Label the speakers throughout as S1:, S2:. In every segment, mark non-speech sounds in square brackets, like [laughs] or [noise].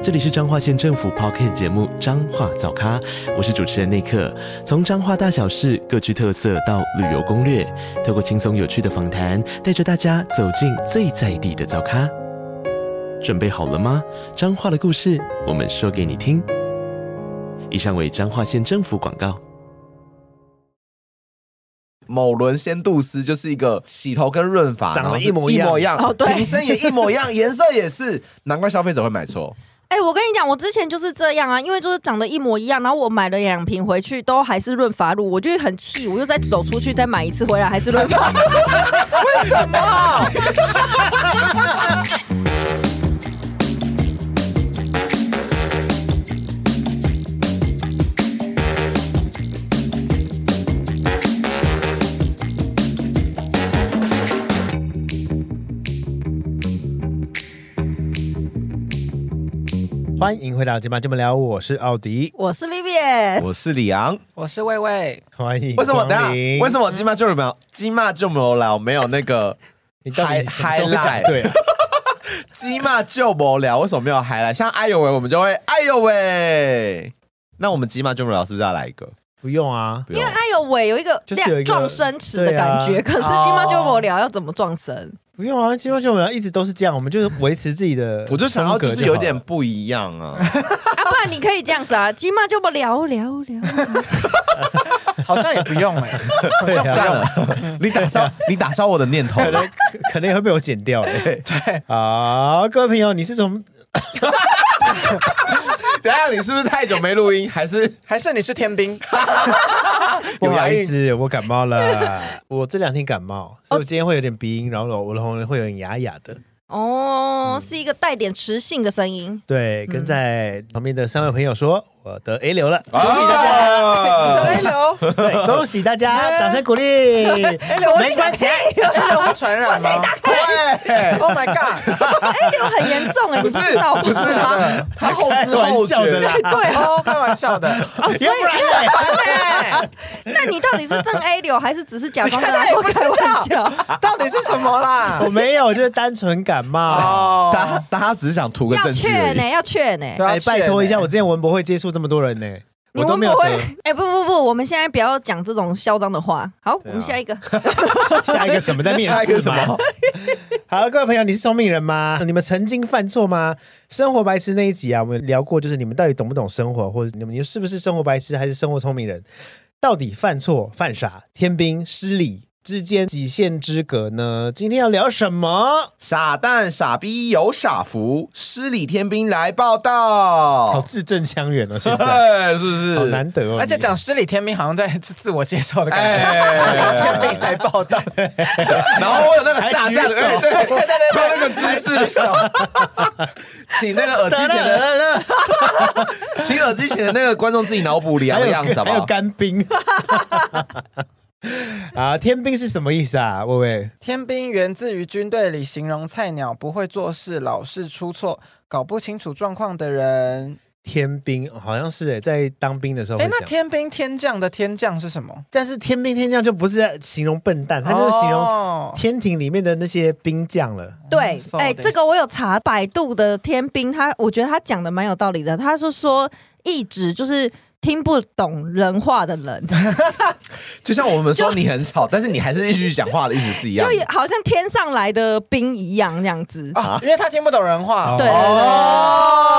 S1: 这里是彰化县政府 p o c k t 节目《彰化早咖》，我是主持人内克。从彰化大小事各具特色到旅游攻略，透过轻松有趣的访谈，带着大家走进最在地的早咖。准备好了吗？彰化的故事，我们说给你听。以上为彰化县政府广告。
S2: 某伦仙杜斯就是一个洗头跟润发
S3: 长得
S2: 然后是
S3: 一模一样
S2: 一样，
S4: 哦对
S2: 瓶身也一模一
S4: [laughs]
S2: 样，颜色也是，难怪消费者会买错。
S4: 哎、我跟你讲，我之前就是这样啊，因为就是长得一模一样，然后我买了两瓶回去，都还是润发露，我就很气，我又再走出去再买一次回来，还是润发露。 [laughs]
S3: 欢迎回到今晚这么聊，我是奥迪，
S4: 我是 Vivian，
S2: 我是李昂，
S5: 我是魏魏，
S3: 欢迎
S2: 为什么？等一
S3: 光
S2: 下，
S3: 临。
S2: 为什么金马就没有金马就没有了？没有那
S4: [laughs]
S2: 个
S3: 你到底什么时候会
S2: Highlight
S3: 讲
S2: [laughs]
S3: 对啊？
S2: 金马就没有了，为什么没有还来？像哎呦喂，我们就会哎呦喂。那我们金马就没有了，是不是要来一个？
S3: 不用啊，
S2: 不用，
S4: 哎呦喂，有一个
S3: 就是有一个
S4: 撞生词的感觉，
S3: 对啊
S4: 可是今妈就我聊要怎么撞生？
S3: 不用啊，基本上我们一直都是这样，我们就是维持自己
S2: [laughs]
S3: 的
S2: 我就想要就
S3: 风格
S2: 是
S3: 好
S2: 有
S3: 了
S2: 点不一样啊。
S4: 啊，不然你可以这样子啊，今妈就不聊聊聊。
S5: 好像也不用哎、
S3: 对
S2: [laughs]
S3: 啊
S2: 算了，哎你打消你打消我的念 [laughs] 头。
S3: 可能也会被我剪
S2: [laughs]
S3: 掉。对，好，各位朋友，你是从
S2: 等一下你是不是太久没录音？还是
S5: 还是你是
S2: [laughs]
S5: 天兵？
S3: 不好意思，我感
S2: [laughs]
S3: 冒了，我这两天感冒，
S5: 哦
S3: 所以我今天会有点鼻音，然后我的喉咙会有点哑哑的。
S4: 哦，是一个带点磁性的声音。
S3: 对，
S2: 嗯
S3: 跟在旁边的三位朋友说，我得 A 流了，
S2: 恭喜
S5: 哎呦，
S3: 对，恭喜大
S2: [laughs]
S3: 家，掌声鼓励。
S5: 哎呦，我
S4: 没关系，
S5: 哎呦，会传染吗？Oh my god！
S4: 哎呦，很严重哎，你知道吗？
S2: 不是他，他后
S3: 开
S2: 知后
S3: 玩
S2: 觉
S3: 笑的啦，
S4: [laughs] 对，
S5: [laughs]
S4: 哦
S5: 哦，开玩笑的。
S3: 要不然嘞
S5: 哎，
S4: [laughs] 那你到底是正 A 流还是只是假装
S5: [laughs]
S4: 跟他说开玩笑？
S5: 到底是什么啦
S3: 我？没有，就是单纯感
S2: [laughs]
S3: 冒。
S5: 哦，
S2: 他大家只是想图个
S4: 要
S2: 证据
S4: 劝欸
S2: 而已。
S4: 呢，要劝呢。
S5: 对啊
S3: 哎，拜托一下，我之前文博会接触这么多人呢，
S4: 你
S3: 我都
S4: 们
S3: 没
S4: 不
S3: 有
S4: 会
S3: 得。？
S4: [laughs] 哎，不不不，我们现在不要讲这种嚣张的话。好，我
S2: 啊
S4: 们下一个。
S3: 下一个什么在
S2: [laughs]
S3: 面
S2: 下一
S3: 试
S2: 个
S3: 吗？
S2: 什么？
S3: 好，各位朋友，你是聪明人吗？你们曾经犯错吗？生活白痴那一集啊，我们聊过，就是你们到底懂不懂生活，或者你们你是不是生活白痴，还是生活聪明人？到底犯错、犯傻、天兵、失礼之间几线之隔呢？今天要聊什么？
S2: 傻蛋傻逼有傻福，失礼天兵来报
S3: 好
S2: 道。
S3: 字正腔圆哦，现
S2: [laughs]
S3: 在
S2: 哎，是不
S3: 好
S2: 是？
S3: 难得哦，
S5: 而且
S3: 你
S5: 讲失礼天兵好像在自我介绍的感觉。天
S2: 哎，
S5: 兵来报道，
S2: 然后我有那个下降，
S3: 还举手
S2: 哎对对对对对，那个姿势，请那个耳机前的，请耳机前的那个观众自己脑补李昂
S3: 还
S2: 的
S3: 有
S2: 样子，好不
S3: 还有
S2: 好？
S3: 干冰。 [laughs] 啊，天兵是什么意思啊？喂喂，
S5: 天兵源自于军队里形容菜鸟不会做事、老是出错、搞不清楚状况的人。
S3: 天兵好像是诶，在当兵的时候会
S5: 哎，
S3: 讲。
S5: 那天兵天将的天将是什么？
S3: 但是天兵天将就不是在形容笨蛋，他就是形容
S5: 哦
S3: 天庭里面的那些兵将了。
S4: 对，
S5: So
S4: 哎、
S5: this-
S4: 这个我有查百度的天兵，他我觉得他讲的蛮有道理的。他是说一直就是听不懂人话的
S3: [laughs]
S4: 人，
S2: 就像我们说你很吵，但是你还是一直讲话的意思是一
S4: 就
S2: 样的。
S4: 好像天上来的兵一样这样子。 [laughs]
S5: 啊，因为他听不懂人话。
S3: 哦
S5: 哦
S4: 对对对对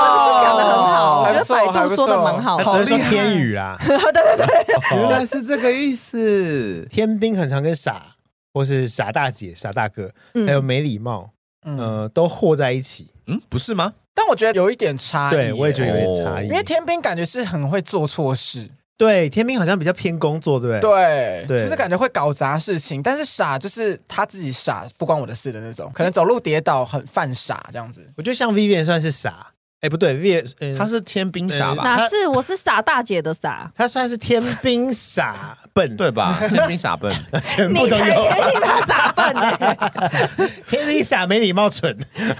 S4: 对，是不是讲的很好？我觉
S5: 还不
S4: 得
S5: 错
S4: 百度说的蛮好
S3: 他
S2: 还
S4: 的。
S3: 只是说
S2: 厉害
S3: 天宇啊啦，
S5: 啊
S2: 原来是这个意思。
S3: 天兵很常跟傻或是傻大姐、傻大哥，还有
S4: 嗯，
S3: 没礼貌，
S5: 嗯，
S3: 呃，都和在一起。
S2: 嗯，不是吗？
S5: 但我觉得有一点差异哦耶。
S3: 对，我也觉得有点差异。
S5: 因为天兵感觉是很会做错事，
S3: 对天兵好像比较偏工作，对不对？
S5: 对，
S3: 对
S5: 就是感觉会搞砸事情，但是傻就是他自己傻，不关我的事的那种，可能走路跌倒很犯傻这样子。
S3: 我觉得像 Vivian 算是傻，哎，不对，Vivian 嗯
S2: 他是天兵傻吧？
S4: 哪是我是傻大姐的傻？
S3: 他算是天兵傻
S2: [laughs]
S3: 笨，
S2: 对吧？天兵傻笨，
S3: 全
S4: 你
S3: 部都
S4: 才 [laughs]
S3: 有。
S4: 天兵傻笨、欸，
S3: 天底傻没礼貌蠢，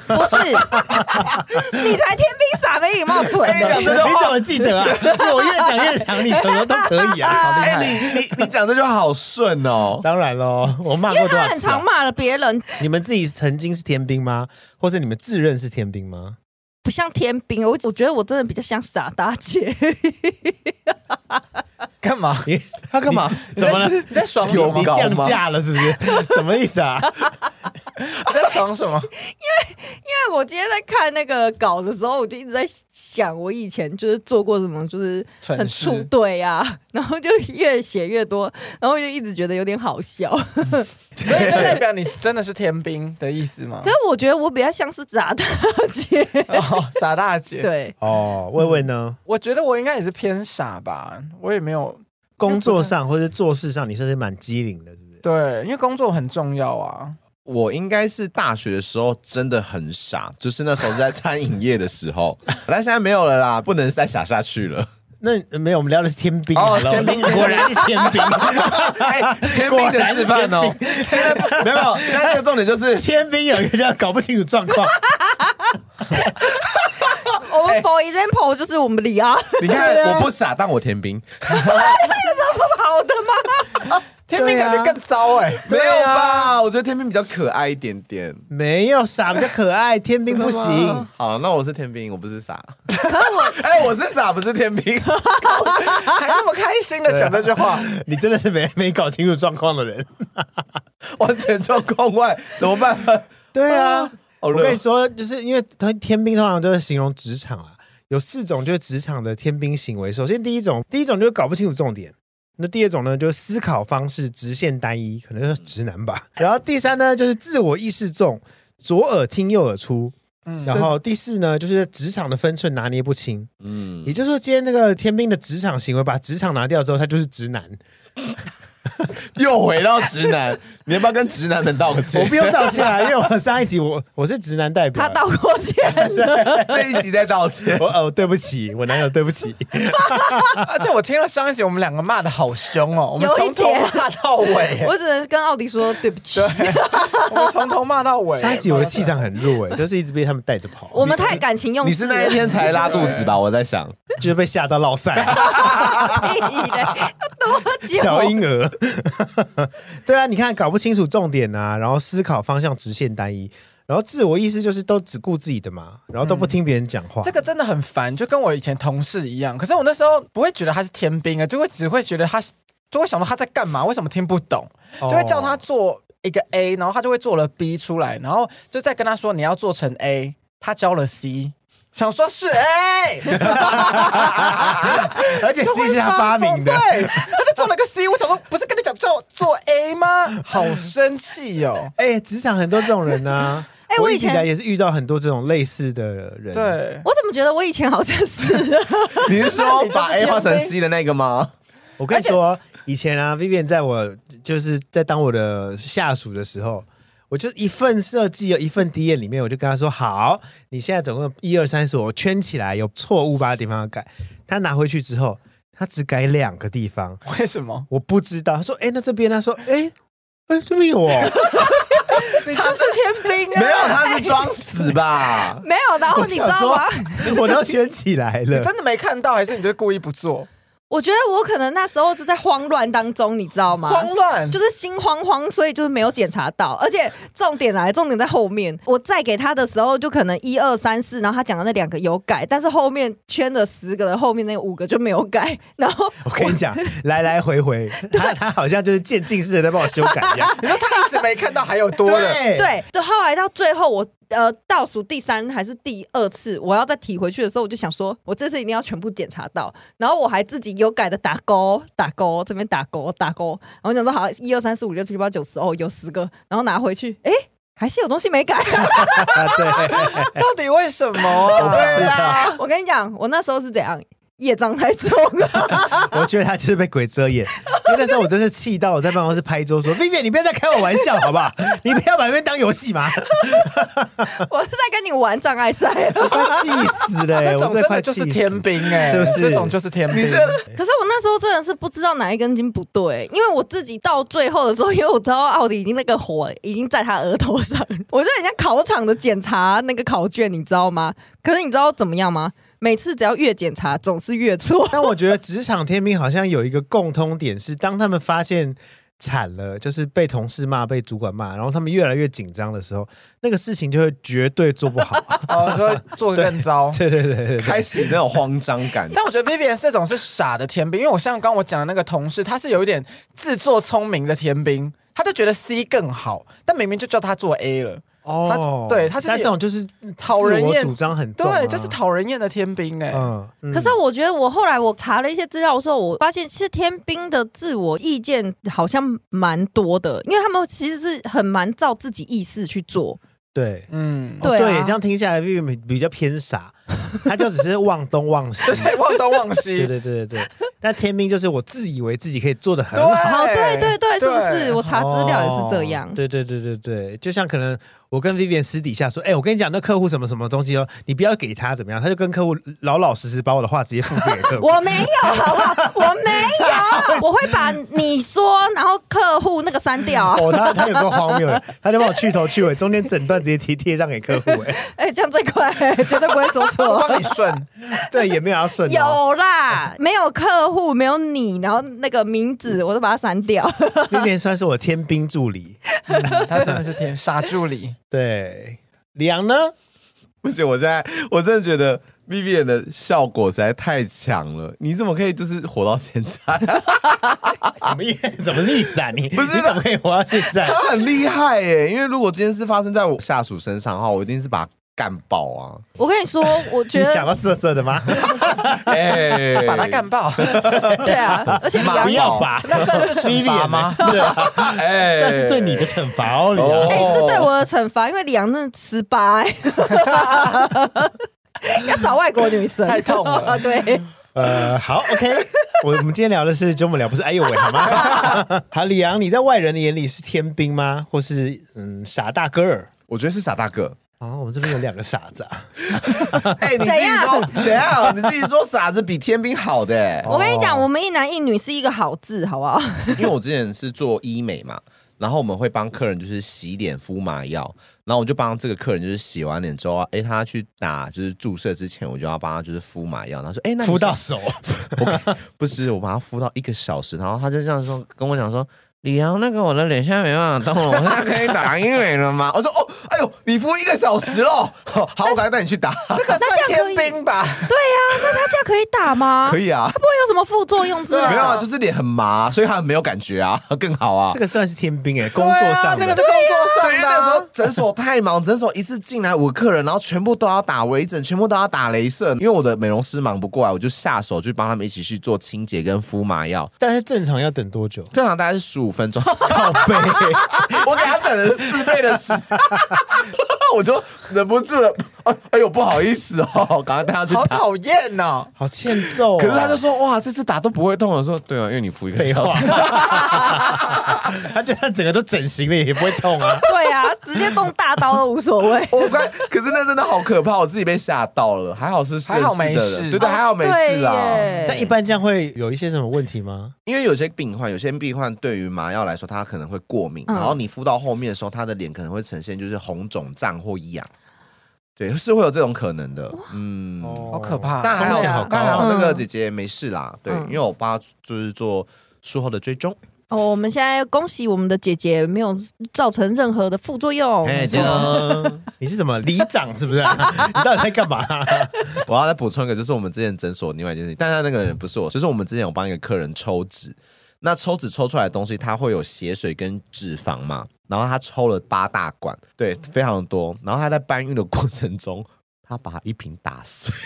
S4: 不是，你才天兵傻没礼貌蠢
S6: 哎
S4: 呢。
S6: 讲这句
S3: [laughs] 你
S6: 话
S3: 怎么记得啊？我越讲越想你，怎么都可以啊。
S6: 哎、你你你讲这句话好顺
S2: [laughs]
S6: 哦，
S3: [laughs] 当然喽，我骂
S4: 因
S3: 过
S4: 为
S3: 多
S4: 他
S3: 少
S4: 很
S3: 次、啊
S4: 常？骂了别人，
S3: 你们自己曾经是天兵吗？或是你们自认是天兵吗？
S4: 不像天兵，我我觉得我真的比较像傻大 [laughs] 姐。
S5: 干嘛？
S3: 你
S5: 他干嘛？
S3: 怎么了
S5: 你在你在爽什
S6: 有
S5: 么？
S3: 你
S6: 搞
S3: 降
S6: 吗
S3: 价了是不 [laughs] 是？什么意思啊？
S5: 你在爽什
S3: [laughs]
S5: 么？
S4: 因为我今天在看那个稿的时候，我就一直在想，我以前就是做过什么，就是很
S5: 蠢事
S4: 触对呀、然后就越写越多，然后就一直觉得有点好笑。
S5: 所以就代表你真的是天兵的意思吗
S4: 可？是我觉得我比较像是傻大姐，
S5: 哦，傻大
S4: [laughs]
S5: 姐。，
S4: 对，
S3: 哦，魏魏呢？
S5: 我觉得我应该也是偏傻吧，我也没有
S3: 工作上或者做事上，你算是蛮机灵的，是不是？
S5: 对，因为工作很重要
S3: [laughs]
S5: 啊。
S2: 我应该是大学的时候真的很傻，就是那时候是在餐饮业的时候，但现在没有了啦，不能再傻下去了。
S3: 那呃没有，我们聊的是天兵啊，
S2: 哦
S3: 然后
S2: 天兵
S3: 果然是天 [laughs] 兵，
S2: 哎， [laughs] 天兵啊的示范哦，现在不没有没有， [laughs] 现在这个重点就是
S3: 天兵有一个叫搞不清楚状况，
S4: 我们 for example 就是我们李啊，
S2: 你看我不傻，但我天兵，
S4: 好的吗？
S5: 天兵感觉更糟哎、
S2: 没有吧？我觉得天兵比较可爱一点点。
S3: [laughs] 没有傻比较可爱，天兵不行。
S2: 好，那我是天兵，我不是傻。 [laughs]
S4: [laughs]
S2: 哎，我是傻，不是天 [laughs] 兵。
S3: 啊
S5: 还那么开心的讲这
S3: [laughs]
S5: 句话，
S3: 你真的是没没搞清楚状况的人。
S2: 完全状况外，怎么办？
S3: 对啊，
S2: 好
S3: 我
S2: 热
S3: 跟你说，就是因为他天兵通常都是形容职场啊，有四种就是职场的天兵行为。首先第一种，第一种就是搞不清楚重点。那第二种呢，就是思考方式直线单一，可能就是直男吧。然后第三呢，就是自我意识重，左耳听右耳出。
S5: 嗯
S3: 然后第四呢，就是职场的分寸拿捏不清。
S2: 嗯
S3: 也，就是说，今天那个天兵的职场行为，把职场拿掉之后，他就是直男。
S2: 又回到直男，你要不要跟直男们道个
S3: 我
S2: 歉
S3: 不？用道歉啊，因为我上一集我我是直男代表，
S4: 他道过歉了，
S2: 这一集在道歉。
S3: 我哦，对不起，我男友对不起。
S5: 而且我听了上一集我们两个骂的好凶哦，我们
S4: 有一
S5: 从头
S4: 点
S5: 骂到尾，
S4: [laughs] 我只能跟奥迪说对不起。
S5: 我们从头骂到尾。
S3: 上一集我的气场很弱哎、就是一直被他们带着跑，
S4: [laughs] 我们太感情用
S2: 你
S4: 事
S2: 是
S4: 了，
S2: 那一天才拉肚
S3: [laughs]
S2: 子吧？我在想，
S3: 就是被吓到落
S4: [laughs]
S3: 塞，
S4: 屁嘞要多久？
S3: 小婴儿。 [laughs] 对啊，你看搞不清楚重点啊，然后思考方向直线单一，然后自我意识就是都只顾自己的嘛，然后都不听别人讲话。
S5: 这个真的很烦，就跟我以前同事一样。可是我那时候不会觉得他是天兵啊，就会只会觉得他，就会想到他在干嘛，为什么听不懂，就会叫他做一个 A，然后他就会做了 B 出来，然后就再跟他说你要做成 A，他教了 C，想说是 A，
S3: 而且
S5: 就是会
S3: 是他发明的
S5: 疯。对，他就做了个 C，我想说不是跟你讲叫我做 A 吗？好生
S3: [laughs]
S5: 气哦，
S3: 哎、职场很多这种人呐、啊。
S4: 哎我
S3: 我一
S4: 以
S3: 直
S4: 前
S3: 以来也是遇到很多这种类似的人。，
S5: 对。
S4: 我怎么觉得我以前好像是？ [laughs]
S2: 你是
S5: [laughs]
S2: 说
S5: 就是
S2: 把 A
S5: 天
S2: 换成
S5: 兵
S2: C 的那个吗？
S3: 我跟你说，以前啊，Vivian 在我就是在当我的下属的时候，我就一份设计有一份 D N 里面，我就跟他说：“好，你现在总共一二三四，我圈起来有错误八个地方要改。”他拿回去之后，他只改两个地方，
S5: 为什么？
S3: 我不知道。他说：“哎、那这边？”他说：“哎、哎、这边有哦。
S5: 你就是天兵
S2: [laughs]
S5: 啊
S2: 没有，他是装死吧？
S4: 没有，然后你知
S3: 我想
S4: 道啊
S3: 说
S4: 吗？
S3: [laughs] 我都圈起来
S5: 你
S3: 了。
S5: 真的没看到，还是你就是故意不做？
S4: 我觉得我可能那时候就在慌乱当中，你知道吗？
S5: 慌乱，
S4: 就是心慌慌，所以就是没有检查到，而且重点来，重点在后面。我再给他的时候，就可能一二三四，然后他讲的那两个有改，但是后面圈了十个的后面那五个就没有改，然后
S3: 我跟你讲，来来回回，他他好像就是渐进式的在帮我修改一样。
S5: 你说 [laughs] 他一直没看到还有多的，
S3: 对，
S4: 对，就后来到最后我。呃，倒数第三还是第二次，我要再提回去的时候，我就想说，我这次一定要全部检查到。然后我还自己有改的打勾，打勾这边打勾，打勾。然后我想说，好，一二三四五六七八九十，哦，有十个，然后拿回去，哎，还是有东西没改。
S3: 啊对。
S5: [laughs] 到底为什么啊？
S3: 我不知道
S5: 对啊
S4: 我跟你讲，我那时候是怎样，业障太重了。
S3: 我觉得他就是被鬼遮眼，因为那时候我真是气到我在办公室拍桌说：“Vivian，你不要再开我玩笑好不好？你不要把那边当游戏嘛，
S4: 我是在跟你玩障碍赛了。
S3: 我快气死了、
S5: 啊这
S3: 哎我真
S5: 种真
S3: 的
S5: 的
S3: 快
S5: 就是
S3: 气死
S5: 天兵哎，
S3: 是不是
S5: 这种就是天兵。
S4: 可是我那时候真的是不知道哪一根筋不对，因为我自己到最后的时候，因为我知道奥迪已经那个火已经在他额头上，我就很像考场的检查那个考卷，你知道吗？可是你知道怎么样吗？每次只要越检查，总是越错。
S3: 但我觉得职场天兵好像有一个共通点是，当他们发现惨了，就是被同事骂、被主管骂，然后他们越来越紧张的时候，那个事情就会绝对做不好。
S5: 哦，说做的更糟。
S3: [laughs] 对对对对对，
S2: 开始那种慌张感。
S5: 但我觉得 Vivian 这种是傻的天兵，因为我像刚刚我讲的那个同事，他是有一点自作聪明的天兵，他就觉得 C 更好，但明明就叫他做 A 了。
S3: 哦
S5: 他对他是
S3: 但这种就是
S5: 讨人厌
S3: 自我主张很重、啊，
S5: 对，就是讨人厌的天兵哎、
S3: 嗯。嗯
S4: 可是我觉得我后来我查了一些资料的时候，我发现其实天兵的自我意见好像蛮多的，因为他们其实是很蛮照自己意识去做。
S3: 对。
S5: 嗯，
S4: 对啊
S3: 哦对，这样听下来，Vivi 比较偏傻，他就只是忘东忘西。
S5: 对，忘东忘
S3: 对
S5: 西。
S3: [laughs] 对对对对，但天兵就是我自以为自己可以做的很
S5: 对
S3: 好，
S4: 哦，对对对，是不是？我
S5: 我
S4: 查资料也是这样
S3: 哦。对对对对对，就像可能我跟 Vivian 私底下说，哎、我跟你讲，那客户什么什么东西哦，你不要给他怎么样，他就跟客户老老实实把我的话直接复制给客
S4: [laughs]
S3: 户。
S4: 我没有，好不好？我没有，我会把你说，然后客户那个删掉啊。
S3: [laughs] 哦，他他有个荒谬的，他就帮我去头去尾，中间整段直接贴贴上给客户、
S4: [laughs]
S3: 哎，
S4: 哎，这样最快，绝对不会说
S5: 我
S4: 错。
S5: 帮你
S3: [laughs]
S5: 顺，
S3: 对，也没有要顺、
S4: [laughs]
S3: 哦，
S4: 有啊啦，没有客户，没有你，然后那个名字我都把它删掉。 [laughs]
S3: Vivian 算是我天兵助理，
S5: 他真的是天傻助理。
S3: 对，李昂呢？
S2: 不行，我现在我真的觉得 Vivian 的效果实在太强了。你怎么可以就是活到现
S3: [laughs]
S2: 在？
S3: 什么意？怎么意思啊？ [laughs] 你
S2: 不是
S3: 你怎么可以活到现在？
S2: 他很厉害耶、因为如果这件事发生在我下属身上的话，我一定是把他干爆啊！
S4: 我跟你说，我觉
S3: 你想
S4: 得
S3: 到色色的吗？
S2: 哎、
S5: 把他干爆，
S4: 对啊，而且你
S2: 马
S4: 要
S3: [laughs] 不要吧，
S5: 那算是惩罚吗？
S3: 对 [laughs] 啊，
S2: 哎
S3: 算是对你的惩罚哦，李
S2: 哦
S3: 昂。
S4: 哎、是对我的惩罚，因为李阳真的十八、欸， [laughs] 要找外国女生，
S5: 太痛了
S4: [laughs] 对，
S3: 呃，好，OK，我我们今天聊的是周末聊，不是哎呦喂，好吗？ [laughs] 好，李阳，你在外人的眼里是天兵吗？或是嗯傻大个儿？
S2: 我觉得是傻大个。
S3: 啊，我们这边有两个傻子 [laughs] 啊，
S2: 哎、你自己说怎样？你自己说傻子比天兵好的、欸。
S4: 我跟你讲，我们一男一女是一个好字，好不好？ [laughs]
S2: 因为我之前是做医美嘛，然后我们会帮客人就是洗脸敷麻药，然后我就帮这个客人就是洗完脸之后啊，哎，他去打就是注射之前，我就要帮他就是敷麻药，然后说，哎，那你
S3: 扶到
S2: 是
S3: 手，
S2: 我不是我把他敷到一个小时，然后他就这样说跟我讲说。李阳，那个我的脸现在没办法动了，我现在可以打医美了吗？我说哦，哎呦，你敷一个小时咯，哦好，我赶快带你去打，
S5: 这个算天兵吧？
S4: 对呀、啊那他这样可以打吗？
S2: 可以啊，
S4: 不会有什么副作用之类的。
S2: 没有啊，就是脸很麻，所以他没有感觉啊，更好啊。
S3: 这个算是天兵哎，工作上
S5: 对啊这
S3: 的
S5: 个是工作
S2: 对，因为
S5: 上的
S2: 那时
S5: 啊
S2: 候。诊所太忙，诊所一次进来五个客人，然后全部都要打微整，全部都要打镭射。因为我的美容师忙不过来，我就下手去帮他们一起去做清洁跟敷麻 [laughs] 药。
S3: 但是正常要等多久？
S2: 正常大概是十五分钟，
S3: 靠背，
S2: 我给他等了四倍的时间， [laughs] 我就忍不住了。哎哎呦，不好意思哦，赶快带他去
S5: [laughs] 好
S2: 打。
S5: 讨厌
S3: [laughs]
S5: 哦！
S3: 好欠揍啊。
S2: 可是他就说：“哇，这次打都不会痛。”我说：“对啊，因为你敷 [laughs] 一个
S3: 废
S2: 小
S3: 话
S2: 时。，。
S3: [laughs] 他就算整个都整形了也不会痛啊。
S4: 对啊，直接动大刀都无所谓
S2: 我乖，可是那真的好可怕，我自己被吓到了。还好是认识的
S5: 还好没
S2: 人
S5: 事哦
S2: 对对，还好 [laughs] 没事啊。
S4: 对耶
S3: 但一般这样会有一些什么问题吗？
S2: 因为有些病患，有些病患对于麻药来说，他可能会过敏，
S4: 嗯
S2: 然后你敷到后面的时候，他的脸可能会呈现就是红肿胀或痒，对，是会有这种可能的，嗯。
S3: 哦
S5: 好可怕！
S2: 但还
S3: 风
S2: 好，
S3: 险好高
S2: 但还
S3: 啊
S2: 好那个
S4: 嗯
S2: 姐姐没事啦，对，
S4: 嗯
S2: 因为我爸就是做术后的追踪，
S4: 哦，我们现在恭喜我们的姐姐没有造成任何的副作用。
S2: 哎，这样
S3: 嗯 [laughs] 你是什么里长是不是啊、 [laughs] 你到底在干嘛、
S2: 我要再补充一个，就是我们之前诊所另外一件事情，但他那个人不是我，就是我们之前有帮一个客人抽脂，那抽脂抽出来的东西，它会有血水跟脂肪嘛，然后他抽了八大管，对，非常多，然后他在搬运的过程中，他把一瓶打碎。 [laughs]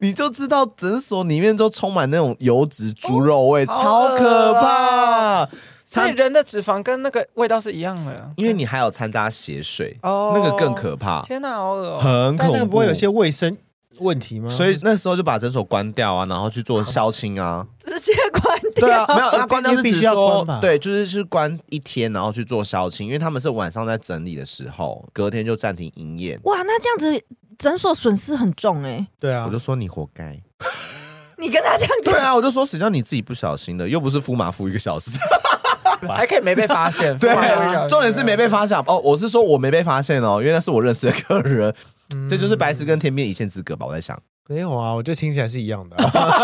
S2: 你就知道诊所里面都充满那种油脂猪肉味，
S5: 好
S2: 超可怕。
S5: 所
S2: 他
S5: 以人的脂肪跟那个味道是一样的。
S2: 因为你还有掺杂血水，
S5: 哦
S2: 那个更可怕，
S5: 天哪，好恶哦！ [laughs]
S2: 很恐
S3: 但
S2: 怖。
S3: 那个不会有一些卫生问题吗？
S2: 所以那时候就把诊所关掉啊，然后去做消清啊。
S4: 直接关掉。
S2: [laughs] 对
S4: [laughs]
S2: 啊，没有，那关掉是
S3: 必
S2: 指
S3: 须要关
S2: 说
S3: 吧，
S2: 对，就是是关一天，然后去做消清，因为他们是晚上在整理的时候，隔天就暂停营业。
S4: 哇，那这样子诊所损失很重哎、
S3: 对啊
S2: 我就说你活该。
S4: 你跟他这样
S2: 对
S4: 讲，
S2: 啊，我就说谁叫你自己不小心的，又不是敷麻敷一个小时。 [laughs]
S5: 还可以没被发 [laughs] 现。
S2: 对啊
S5: 不然，
S2: 重点是没被发现哦。我是说我没被发现哦，因为那是我认识的客人，这就是白石跟天边一线之隔吧。我在想，
S3: 没有啊，我就听起来是一
S2: [laughs]
S3: 样的啊。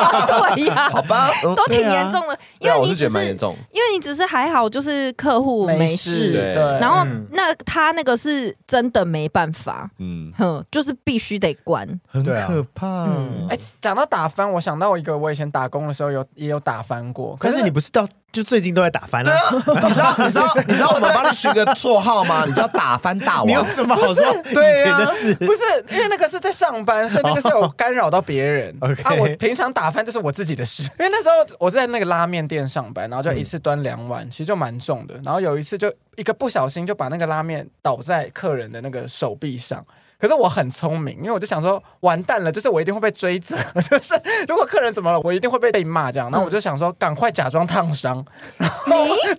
S4: 对呀、
S2: 好吧，嗯
S4: 都挺严重的，
S2: 对
S4: 因
S2: 啊，
S4: 为
S2: 我
S4: 你
S2: 是觉得
S4: 只
S2: 蛮
S4: 是
S2: 严重。
S4: 因为你只是还好，就是客户没
S5: 没
S4: 事，
S5: 事，
S2: 对
S5: 对。
S4: 然后
S3: 嗯
S4: 那他那个是真的没办法， [laughs]
S2: 嗯，
S4: 哼，就是必须得关。
S2: 很
S3: 对啊
S2: 可怕。
S4: 嗯
S5: 哎，讲到打翻，我想到一个，我以前打工的时候有也有打翻过，可
S3: 但是
S5: 是
S3: 你不是到就最近都在打翻啊了、
S2: 你知道，你知道，你知道我们帮你取个绰号吗？啊你叫打翻大
S3: [laughs] 你有
S2: 王。
S3: 什么好说？
S2: [laughs]
S5: 对
S3: 以前
S5: 呀、
S3: 的事
S5: 不是因为那个是在上班，所以那个是有干扰到别人。
S3: OK
S5: 啊，我平常打翻就是我自己的事。 [laughs] 因为那时候我是在那个拉面店上班，然后就一次端两碗，其实就蛮重的。然后有一次就一个不小心就把那个拉面倒在客人的那个手臂上。可是我很聪明，因为我就想说，完蛋了，就是我一定会被追责， [laughs] 就是如果客人怎么了，我一定会被被骂这样。然后我就想说，赶快假装烫伤， [laughs]
S4: 你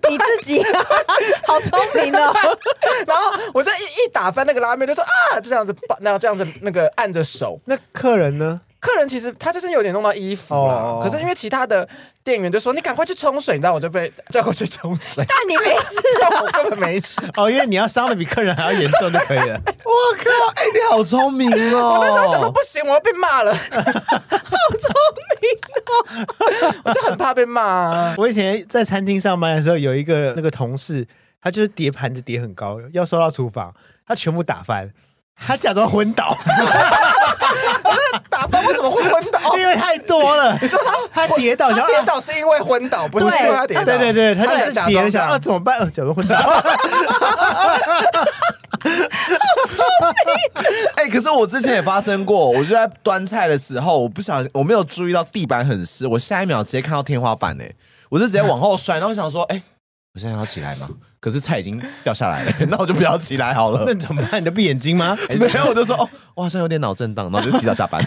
S4: 你自己、 [laughs] 好聪明
S2: [laughs]
S4: 哦，，
S5: 然后我再一一打翻那个拉面，就说啊，就这样子，然后这样子那个按着手，
S3: 那客人呢？
S5: 客人其实他就是有点弄到衣服啦，
S3: 哦
S5: 可是因为其他的店员就说你赶快去冲水，你知道我就
S3: [laughs]
S5: 被叫过去冲水
S4: 但你没事。
S5: 但我根本没事。
S3: 哦，因为你要伤的比客人还要严重就可以
S2: [laughs]
S3: 了。
S2: 我靠！哎，你好聪明
S3: [laughs]
S5: 我那时候想说
S2: 哦。
S5: 不行，我要被骂了，好聪明哦，我就很怕被骂、啊。
S3: 我以前在餐厅上班的时候，有一个那个同事，他就是叠盘子叠很高，要收到厨房，他全部打翻，他假装昏倒，
S5: 打翻为什么会昏
S3: [laughs]
S5: 倒？
S3: 因为太多了。你说他他跌倒，
S5: 哦他
S3: 然后
S5: 跌倒是因为昏倒，不是
S4: 对
S5: 因为他跌倒。
S3: 对对对，他就是
S5: 假
S3: 叠
S5: 装
S3: 了想
S5: 这
S3: 啊
S5: 样
S3: 怎么办？呃假装昏倒。 [laughs]
S2: 哎，可是我之前也发生过，我就在端菜的时候，我不小心，我没有注意到地板很湿，我下一秒直接看到天花板，哎，我就直接往后摔，然后我想说，哎，我现在要起来吗？可是菜已经掉下来了，那我就不要起来好了
S3: 那。怎么办？你都闭眼睛吗？ [laughs]
S2: 没有，我就说哦，我好像有点脑震荡，然后就提早下班。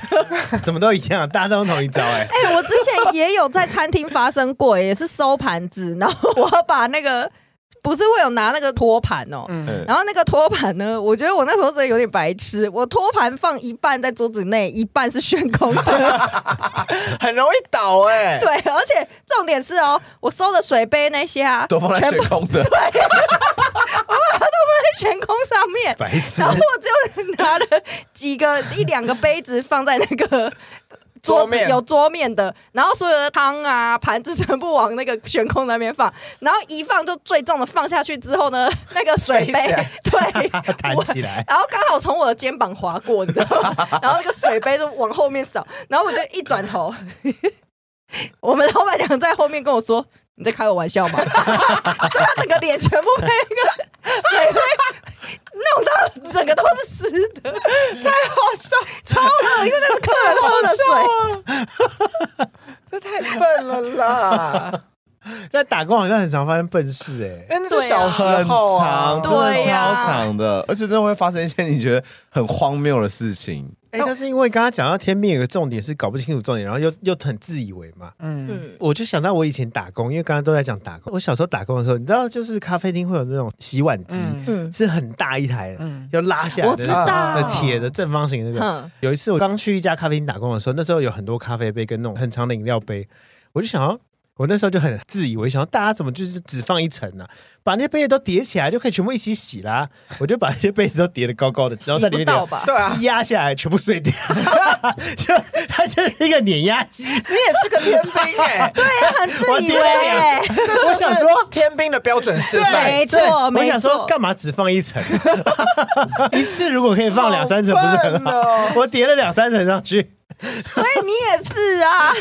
S3: 怎么都一样，大家都用同一招 [laughs] 哎、
S4: 哎、我之前也有在餐厅发生过，也是收盘子，然后我要把那个不是会有拿那个托盘哦。
S2: 嗯
S4: 然后那个托盘呢？我觉得我那时候真的有点白痴。我托盘放一半在桌子内，一半是悬空
S2: [laughs]
S4: 的。
S5: 很容易倒哎、
S4: 对，而且重点是哦，我收的水杯那些啊，
S2: 都放在
S4: 全
S2: 悬
S4: 部
S2: 空的，
S4: 在悬空上面。
S3: 白痴
S4: 然后我就拿了几个一两个杯子放在那个桌
S5: 桌
S4: 子
S5: 面
S4: 有桌面的，然后所有的汤啊盘子全部往那个悬空那边放，然后一放就最重的放下去之后呢，那个水
S5: 飞起
S4: 杯
S5: 来 [laughs]
S4: 对
S3: 弹
S4: 我
S3: 起来
S4: 然后刚好从我的肩膀划过，你知道吗？然后那个水杯就往后面扫，然后我就一转头，我们老板娘在后面跟我说。你在开我玩笑吗？ [laughs] 真的，整个脸全部被那个水杯弄到整个都是湿的，太好笑，超恶，因为那是客人喝的水。
S5: 这太笨了啦！
S3: [laughs] 那打工好像很常发生笨事哎、
S5: 哎，那是小时
S2: 很
S5: 候
S2: 长，
S5: 啊，
S2: 真的
S4: 对
S2: 超
S4: 呀
S2: 长的，而且真的会发生一些你觉得很荒谬的事情。
S3: 哎、但是因为刚刚讲到天命有个重点是搞不清楚重点，然后又又很自以为嘛，
S5: 嗯，
S4: 嗯，
S3: 我就想到我以前打工，因为刚刚都在讲打工。我小时候打工的时候，你知道，就是咖啡厅会有那种洗碗机，
S4: 嗯
S3: 是很大一台的，
S5: 嗯
S3: 要拉下来
S4: 我
S3: 的
S4: 知道
S3: 那铁的正方形那个。
S4: 哼，
S3: 有一次我刚去一家咖啡厅打工的时候，那时候有很多咖啡杯跟那种很长的饮料杯，我就想要。我那时候就很自以为想，大家怎么就是只放一层呢、把那些杯子都叠起来，就可以全部一起洗啦、我就把那些杯子都叠得高高的，然后在里面
S4: 洗不到吧？
S5: 对啊，
S3: 一压下来，全部碎掉， [laughs] 就它就是一个碾压机。
S5: 你也是个天兵哎、
S4: 对啊，很
S3: 我
S4: 自以
S3: 天
S4: 为
S3: 啊。[laughs]
S5: 这
S3: 我
S5: 就是
S3: 想说
S5: 天兵的标准示
S4: 对
S5: 范。
S4: 没错
S3: 对我
S4: 没
S3: 想说
S4: 错
S3: 干嘛只放
S4: [laughs]
S3: 一层？一次如果可以放两三层，不是很
S5: 好
S3: 好
S5: 笨哦？
S3: [laughs] 我叠了两三层上去，
S4: 所以你也是啊。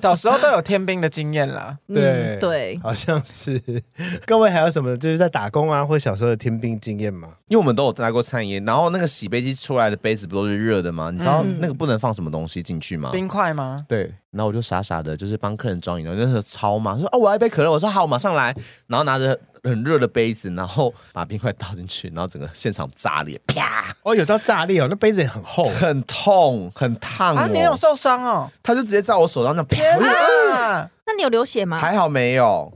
S5: 小时候都有天兵的经验啦。
S3: 对
S4: 嗯对，
S3: 好像是。 [laughs] 各位还有什么就是在打工啊，或小时候的天兵经验吗？
S2: 因为我们都有待过餐饮，然后那个洗杯机出来的杯子不都是热的吗？你知道那个不能放什么东西进去吗？
S5: 嗯冰块吗？
S2: 对，然后我就傻傻的，就是帮客人装饮料，那时候超忙，说哦我要一杯可乐，我说好，我马上来，然后拿着很热的杯子，然后把冰块倒进去，然后整个现场炸裂，啪，
S3: 哦，有到炸裂哦，那杯子也很厚。，
S2: 很痛，很烫
S5: 啊，你有
S2: 哦。
S5: 受伤哦？
S2: 他就直接在我手上那啪，
S5: 天
S2: 我就
S5: 哪！
S4: 那你有流血吗？
S2: 还好没有。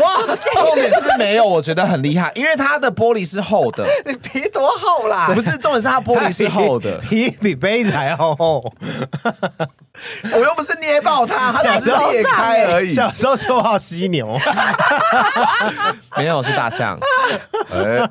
S4: 哇，这不是
S2: 重点是没有，我觉得很厉害，因为它的玻璃是厚
S5: [laughs]
S2: 的，
S5: 你皮多厚啦？
S2: 不是重点是它玻璃是厚的
S3: 皮 [laughs] 比杯子还要厚。
S2: 我又不是捏爆它，它只是裂开哎而已。
S3: 小时候说好犀牛，
S2: [laughs] 没有，是大象。 [laughs] 哎，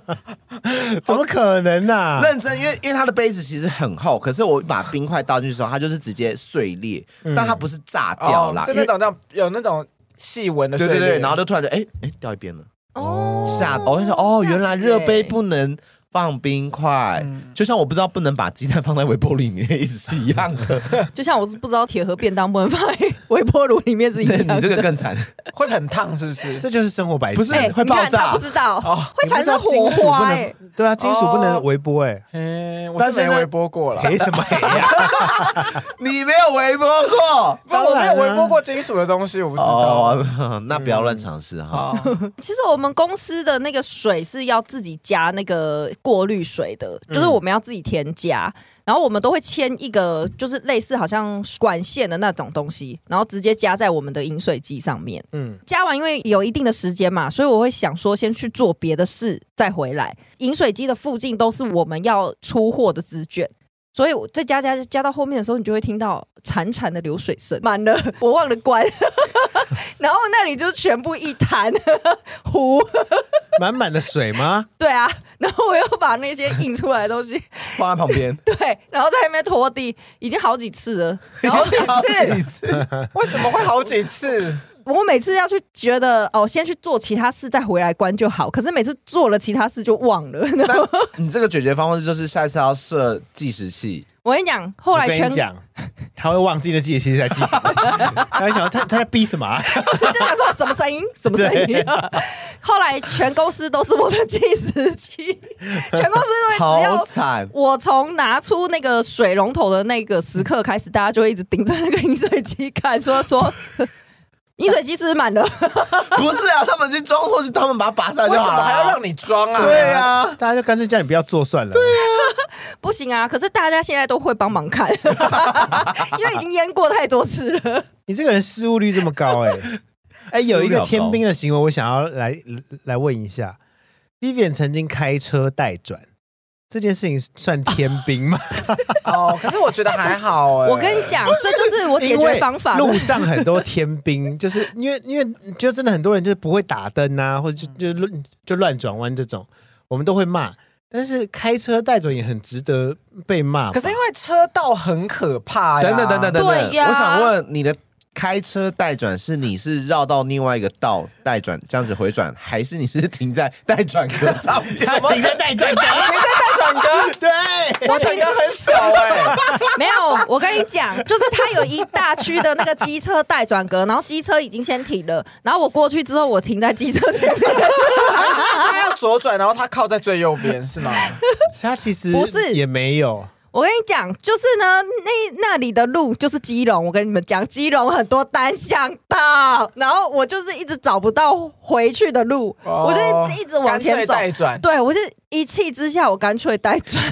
S3: 怎么可能呢、啊？
S2: 认真，因为因为它的杯子其实很厚，可是我把冰块倒进去的时候，它就是直接碎裂，但它不是炸掉啦
S5: 哦，是
S2: 因
S5: 那
S2: 为
S5: 种那种有那种细纹的
S2: 对
S5: 碎
S2: 对
S5: 裂，
S2: 对，然后就突然就哎哎掉一边了。
S4: 哦欸
S2: 吓到，我就说哦，原来热杯不能放冰块，
S5: 嗯
S2: 就像我不知道不能把鸡蛋放在微波炉里面意思是一样的。
S4: 就像我是不知道铁盒便当不能放在 [laughs] 微波炉里面是一样的。
S2: 你这个更惨，
S5: 会很烫，是不是？
S3: 这就是生活白痴，
S2: 不是
S4: 哎，
S2: 会爆炸哦
S4: 你看他不知道，会
S3: 你不
S4: 产
S3: 知道
S4: 生火
S3: 金属不
S4: 花。
S3: 能
S4: 哎，
S3: 对啊，金属不能
S5: 哦
S3: 微波、欸，
S5: 嗯，我
S2: 但
S5: 是
S2: 现
S5: 没
S2: 在
S5: 微波
S2: 哦
S5: 过了
S3: 哎，，赔什么赔呀、
S2: [laughs] 你没有微波过。
S5: 不，我没有
S3: 当然啊
S5: 微波过金属的东西，我不知道。
S2: 哦， [laughs] 那不要乱尝试哈。
S5: 好，
S4: 其实我们公司的那个水是要自己加那个过滤水的，就是
S2: 嗯
S4: 我们要自己添加，然后我们都会签一个就是类似好像管线的那种东西，然后直接加在我们的饮水机上面。
S3: 嗯，
S4: 加完，因为有一定的时间嘛，所以我会想说先去做别的事再回来。饮水机的附近都是我们要出货的纸卷，所以我在加加加到后面的时候，你就会听到潺潺的流水声，满了，我忘了关， [laughs] 然后那里就全部一 [laughs] 滩糊，
S3: [laughs] 满满的水吗？
S4: 对啊，然后我又把那些印出来的东西，
S2: 放在旁边，
S4: 对，然后在那边拖地，已经好几次了，然后
S2: 几次？
S5: 为什么会
S2: [laughs]
S5: 好几次？
S4: 我每次要去觉得哦，先去做其他事再回来关就好，可是每次做了其他事就忘了。 [laughs]
S2: 你这个解决方式就是下一次要设计时器，
S4: 我跟你讲，后来
S3: 我跟
S4: 全
S3: 你讲，他会忘记了自己其实在记什么，他会想说他他在逼什么、
S4: [laughs]
S3: 啊？
S4: 就想说什么声
S3: [laughs]
S4: 音，什么声音、啊。 [laughs] 后来全公司都是我的计时
S3: [laughs]
S4: 器，全公司都会只
S2: 好
S4: 要
S2: 惨。
S4: 我从拿出那个水龙头的那个时刻开始，大家就会一直盯着那个饮水机看，说
S3: [laughs]
S4: 说饮水机是不是满了？
S2: [laughs]
S4: [laughs]
S2: 不是啊，他们去装货去，他们把它拔下来
S5: 为
S2: 就
S5: 什
S2: 好
S5: 么还要
S2: 了。
S5: 让你装啊？
S2: 对，啊，
S3: 大家就干脆叫你不要做算了。对
S4: 不行啊！可是大家现在都会帮忙
S3: [laughs]
S4: 看，因为已经淹过太多次了。
S3: 你这个人失误率这么高、欸，哎哎，有
S2: 失误
S3: 一
S2: 率
S3: 个
S2: 好
S3: 天兵的行为，我想要来来问一下，Vivian 曾经开车带转。这件事情算天兵吗？
S5: 哦，可是 [laughs] 我觉得还好哎。
S4: 我跟你讲，这就是我解
S3: 因
S4: 决
S3: 为
S4: 方法。
S3: 路上很多天兵， [laughs] 就是因为因为就真的很多人就是不会打灯啊，或者就
S4: 嗯
S3: 就乱就乱转弯这种，我们都会骂。但是开车带走也很值得被骂吧。
S5: 可是因为车道很可怕呀。
S2: 等等等等等等，
S4: 对呀
S2: 哎我想问你的开车带转是你是绕到另外一个道带转这样子回转，还是你是停在带转格上 [laughs] 面？
S3: 他停在带转灯，
S5: 转哥，
S3: [laughs] 对，
S5: 我转哥很小哎。 [laughs]
S4: [laughs] 没有，我跟你讲，就是它有一大区的那个机车待转格，然后机车已经先停了，然后我过去之后，我停在机车前面，
S5: 他要左转，然后他靠在最右边是
S2: [laughs]
S5: 吗？
S3: 他其实
S4: 不是
S3: 也没有，
S4: 我跟你讲，就是呢，那那里的路就是基隆，我跟你们讲，基隆很多单向道，然后我就是一直找不到回去的路，
S5: 哦
S4: 我就一直往前
S5: 干脆
S4: 走。
S5: 带转，
S4: 对，我就一气之下，我干脆带转。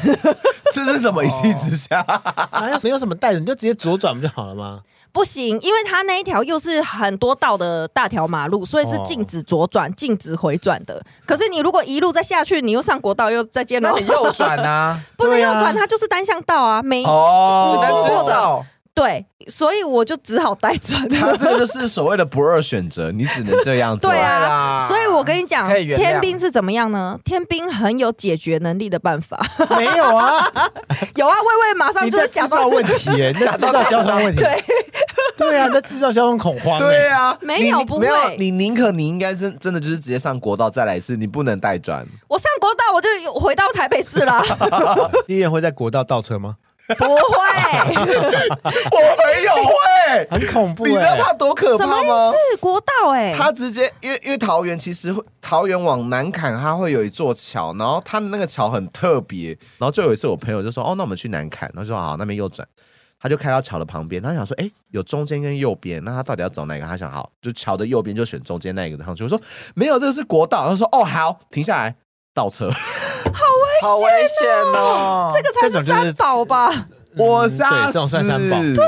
S2: 这是什么一气之下？
S3: 啊，要是有什么带着你就直接左转不就好了吗？
S4: 不行，因为它那一条又是很多道的大条马路，所以是禁止左转、禁止回转的。可是你如果一路再下去，你又上国道，又再见
S5: 那
S4: 了
S5: 你，右转啊？
S4: [laughs] 不能
S3: 对
S4: 右
S3: 啊
S4: 转，它就是单向道啊，没、
S5: 只
S2: 哦
S5: 能直走。
S4: 对，所以我就只好带啊转。
S2: [laughs] 他这个就是所谓的不二选择，你只能这样做。
S4: 对啊，
S5: 啦
S4: 所以我跟你讲，
S5: 可以原谅
S4: 天兵是怎么样呢？天兵很有解决能力的办法， [laughs]
S3: 没有啊，
S4: 有啊，魏魏马上
S3: 你
S4: 就
S3: 在
S4: 是
S3: 制
S4: 假
S3: 造
S4: 装
S3: 问题耶，
S4: [laughs]
S3: 那制造交通问题，
S4: 对，
S3: 对啊，那制造交通恐慌。
S2: 对，啊，
S4: 没有
S2: 你
S4: 不
S2: 没
S4: 会
S2: 有你宁可你应该真真的就是直接上国道再来一次，你不能带转。
S4: 我上国道我就回到台北市了，
S3: 第一人会在国道倒车吗？
S4: 不会，
S2: 我没有会，
S3: 很恐怖
S2: 你知道
S3: 哎，
S2: 他多可
S4: 什么
S2: 怕
S4: 意
S2: 吗？
S4: 思？国道哎、
S2: 他直接，因为因为桃园其实会桃园往南坎，它会有一座桥，然哦后它的那个桥很特别，然后就有一次我朋友就说，哦，那我们去南坎，然后就说好，那边右转，他就开到桥的旁边，他想说，哎、有中间跟右边，那他到底要走哪一个？他想好，就桥的右边就选中间那一个上去。我说没有，这个是国道。他说哦，好，停下来倒车。
S5: 好危险哦！
S4: 这个才
S3: 这
S4: 是
S3: 种就是
S4: 三宝吧？
S2: 我
S3: 对
S2: 杀
S3: 这种算
S2: 死
S3: 三宝对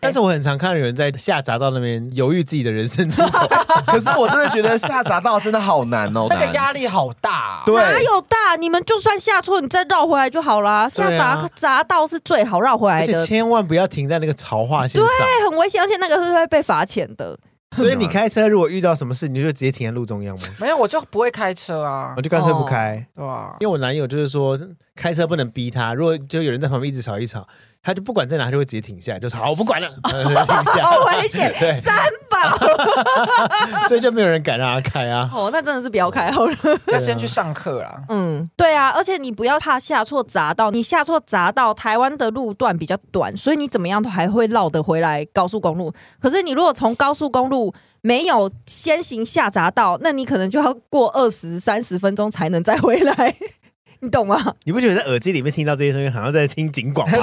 S3: 但是我很常看到有人在下匝道那边犹豫自己的人生出口，
S2: [laughs] 可是我真的觉得下匝道真的好难哦，
S5: 那个
S2: 难
S5: 压力好大、啊
S2: 对
S4: 哪有大？你们就算下错，你再绕回来就好啦。下
S3: 对
S4: 匝
S3: 啊
S4: 匝道是最好绕回
S3: 而
S4: 来
S3: 且
S4: 的，哎
S3: 千万不要停在那个潮化线上。
S4: 对，很危险，而且那个是会被罚钱 [laughs] 的。
S3: 所以你开车如果遇到什么事，你就直接停在路中 [laughs] 央吗？
S5: 没有，我就不会开车啊
S3: 我，就干脆不开。
S5: 对吧、
S3: 因为我男友就是说，开车不能逼他，如果就有人在旁边一直吵一吵，他就不管在哪，他就会直接停下来，就是好，我不管了， [laughs] 呃停下
S4: 好危险，三宝
S3: 来，所以就没有人敢让他开
S4: [laughs]
S3: 啊。
S4: 哦，那真的是不要开好了。
S5: 要先去上课啦。
S4: [laughs] 嗯，对啊，而且你不要怕下错匝道，你下错匝道，台湾的路段比较短，所以你怎么样都还会绕得回来高速公路。可是你如果从高速公路没有先行下匝道，那你可能就要过二十三十分钟才能再回来， [laughs] 你懂吗？
S3: 你不觉得在耳机里面听到这些声音，好像在听警广 [laughs] 吗？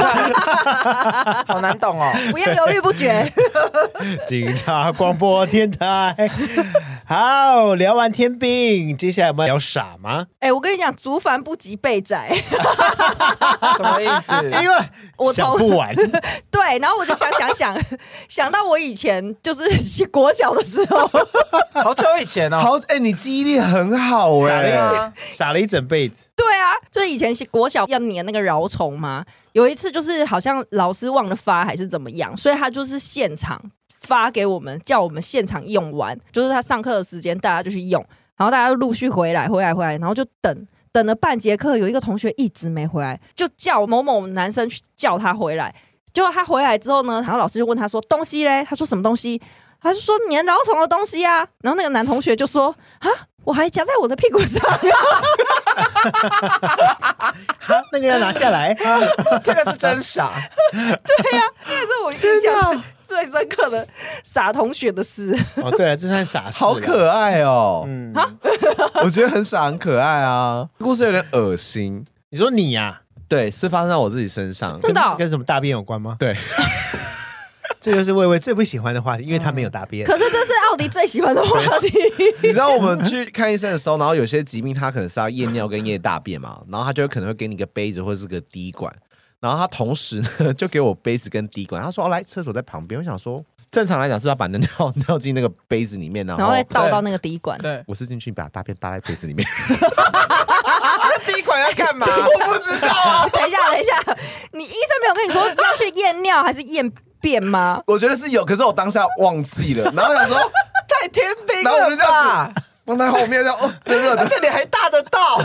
S5: 好难懂哦。
S4: 不要犹豫不决。
S3: 警察广播电 [laughs] 台。好，聊完天兵，接下来我们要聊傻吗？
S4: 哎、我跟你讲，竹凡不及被宰。 [laughs]
S5: 什么意思？
S3: 因为
S4: 我从
S3: 想不 [laughs] 完，
S4: 对，然后我就想想想，想到我以前就是 [laughs] 国小的时候，
S5: 好久以前哦。
S2: 好，哎、你记忆力很好哎、
S3: 傻了一
S5: 啊
S3: 傻了一整辈子。
S4: 对啊，就是以前是国小要粘那个饶虫嘛，有一次就是好像老师忘了发还是怎么样，所以他就是现场发给我们，叫我们现场用完，就是他上课的时间大家就去用，然后大家就陆续回来，回来，回来，然后就等。等了半节课，有一个同学一直没回来，就叫某某男生去叫他回来。结果他回来之后呢，然后老师就问他说：“东西嘞？”他说：“什么东西？”他就说：“粘饶虫的东西啊。”然后那个男同学就说：“啊，我还夹在我的屁股上。”
S3: 哈，那个要拿下来，
S5: 这个是真傻，
S4: 这是我印象最深刻的傻同学的事。
S3: [laughs] 哦，对了，这算傻事，
S2: 好可爱哦、
S3: 嗯，
S2: [laughs] 我觉得很傻，很可爱啊。故事有点恶心，
S3: 你说你呀、
S2: 对，是发生在我自己身上。
S4: 真的哦
S3: 跟跟什么大便有关吗？
S2: 对，
S3: [laughs] 这就是薇薇最不喜欢的话题，因为她没有大便。
S4: 可是这是奥迪最喜欢的 [laughs] 话题，
S2: [laughs] 你知道我们去看医生的时候，然后有些疾病它可能是要夜尿跟夜大便嘛，然后他就可能会给你个杯子或者是个滴管，然后他同时呢就给我杯子跟滴管，他说哦来厕所在旁边，我想说正常来讲是不是要把你的尿尿进那个杯子里面，然
S4: 然后
S2: 后
S4: 再倒到那个滴管。
S5: 对。
S2: 我是进去把大便搭在杯子里面， [laughs]
S5: 那滴管要干嘛？我不知道啊。
S4: 哦等一下，等一下，你医生没有跟你说要去验尿还是验便吗？
S2: 我觉得是有，可是我当下忘记了，然后想说，
S5: 太天兵
S2: 然后我
S5: 了
S2: 就这样
S5: 吧
S2: 子！放在后面这样哦，热热
S5: 而
S2: 的。
S5: 且你还大得到，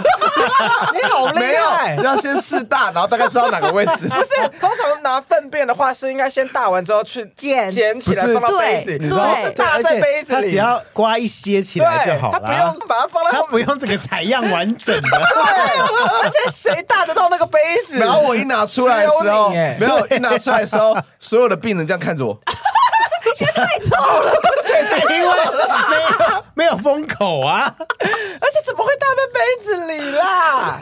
S5: 你好
S2: 没
S5: 厉害
S2: 有，！要先试大，然后大概知道哪个位置。
S5: [laughs] 不是，通常拿粪便的话是应该先大完之后去
S4: 捡
S5: 捡起来
S2: 不是
S5: 放到杯子，
S4: 对
S5: 你
S4: 知
S5: 知
S4: 道
S5: 道
S4: 对
S5: 是
S3: 对
S5: 大
S3: 而
S5: 在
S3: 且
S5: 杯子
S3: 她
S5: 里，
S3: 只要刮一些起来就好了。
S5: 对，他不用把它放在
S3: 他
S5: 后
S3: 不用整个采样完整的，
S5: [laughs] 对，而且谁大得到那个杯子？
S2: 然后我一拿出来的时
S5: 只有
S2: 候，
S5: 你耶
S2: 没有一拿出来的时候，所有的病人这样看着我，
S3: 因为没有没有封口啊。
S5: 而且怎么会倒在杯子里
S3: [laughs]
S5: 啦？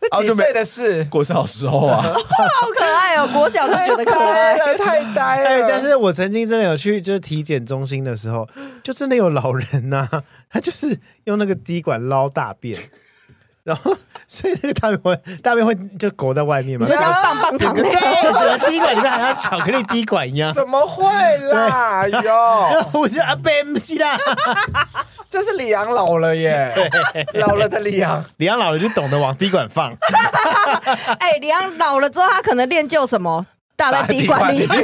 S5: 那几岁的事？
S2: 过小时候
S5: [laughs]
S2: 啊，
S4: 好可爱哦，国小就觉得可
S5: 呆
S4: 爱。啊
S5: 了，太呆
S3: 哎、
S5: 了。
S3: 但是我曾经真的有去就是体检中心的时候，就真的有老人呐、他就是用那个滴管捞大便，然后所以那个大便会大便会就狗在外面嘛
S4: 你，说像棒棒
S3: 整
S4: 糖
S3: 个
S4: 那
S3: 对，
S4: 样，
S3: 整个滴管里面好像巧克力滴管一样。
S5: 怎么会啦？哟，
S3: 我啊是阿贝姆西啦，
S5: 这是李阳老了耶，老了的李阳。
S3: 李阳老人就懂得往滴管放，
S4: 哎，李阳老了之后，他可能练就什么？大在滴管里
S5: 他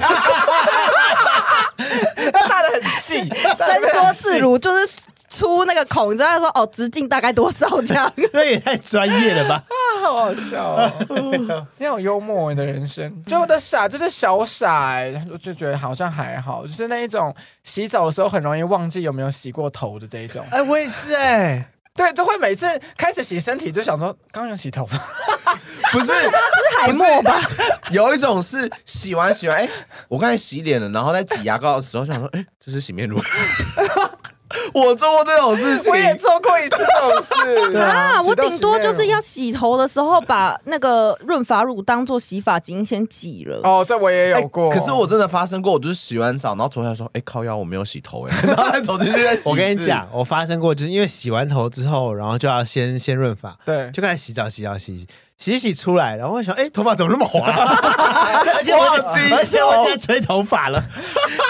S5: 大的很细，
S4: 伸缩自如，就是出那个孔，你知道他说哦，直径大概多少这样？
S3: 那也太专业了吧？
S5: 好好笑、哦。 [laughs] 你好幽默，你的人生。就我的傻，就是小傻、欸，我就觉得好像还好，就是那一种洗澡的时候很容易忘记有没有洗过头的这一种。
S3: 哎、我也是哎、
S5: 对，就会每次开始洗身体就想说，刚刚有洗头吗？
S2: 不是
S5: [laughs]
S4: 海默吧，
S2: 有一种是洗完洗完，哎，我刚才洗脸了，然后在挤牙膏的时候想说，哎，这是洗面乳， [laughs] 我做过这种事情
S5: 我，也做过一次这种事，
S3: 对
S4: [laughs]
S5: [laughs]
S4: 啊，我
S5: 挤到哦
S4: 顶多
S5: 洗面
S4: 就是
S5: 乳
S4: 要洗头的时候把那个润发乳当做洗发精先挤了。
S5: 哦，这我也
S2: 哎
S5: 有过。
S2: 可是我真的发生过，我就是洗完澡，然后走下来说，哎、靠腰我没有洗头、哎，然后再走进去再洗。
S3: 我跟你，讲，我发生过，就是因为洗完头之后，然后就要先先润发，
S5: 对
S3: 就开始洗澡、洗澡、洗洗洗洗出来，然后我想，哎、头发怎么那么滑？而且我
S2: 忘记
S3: 而且我现在吹头发了，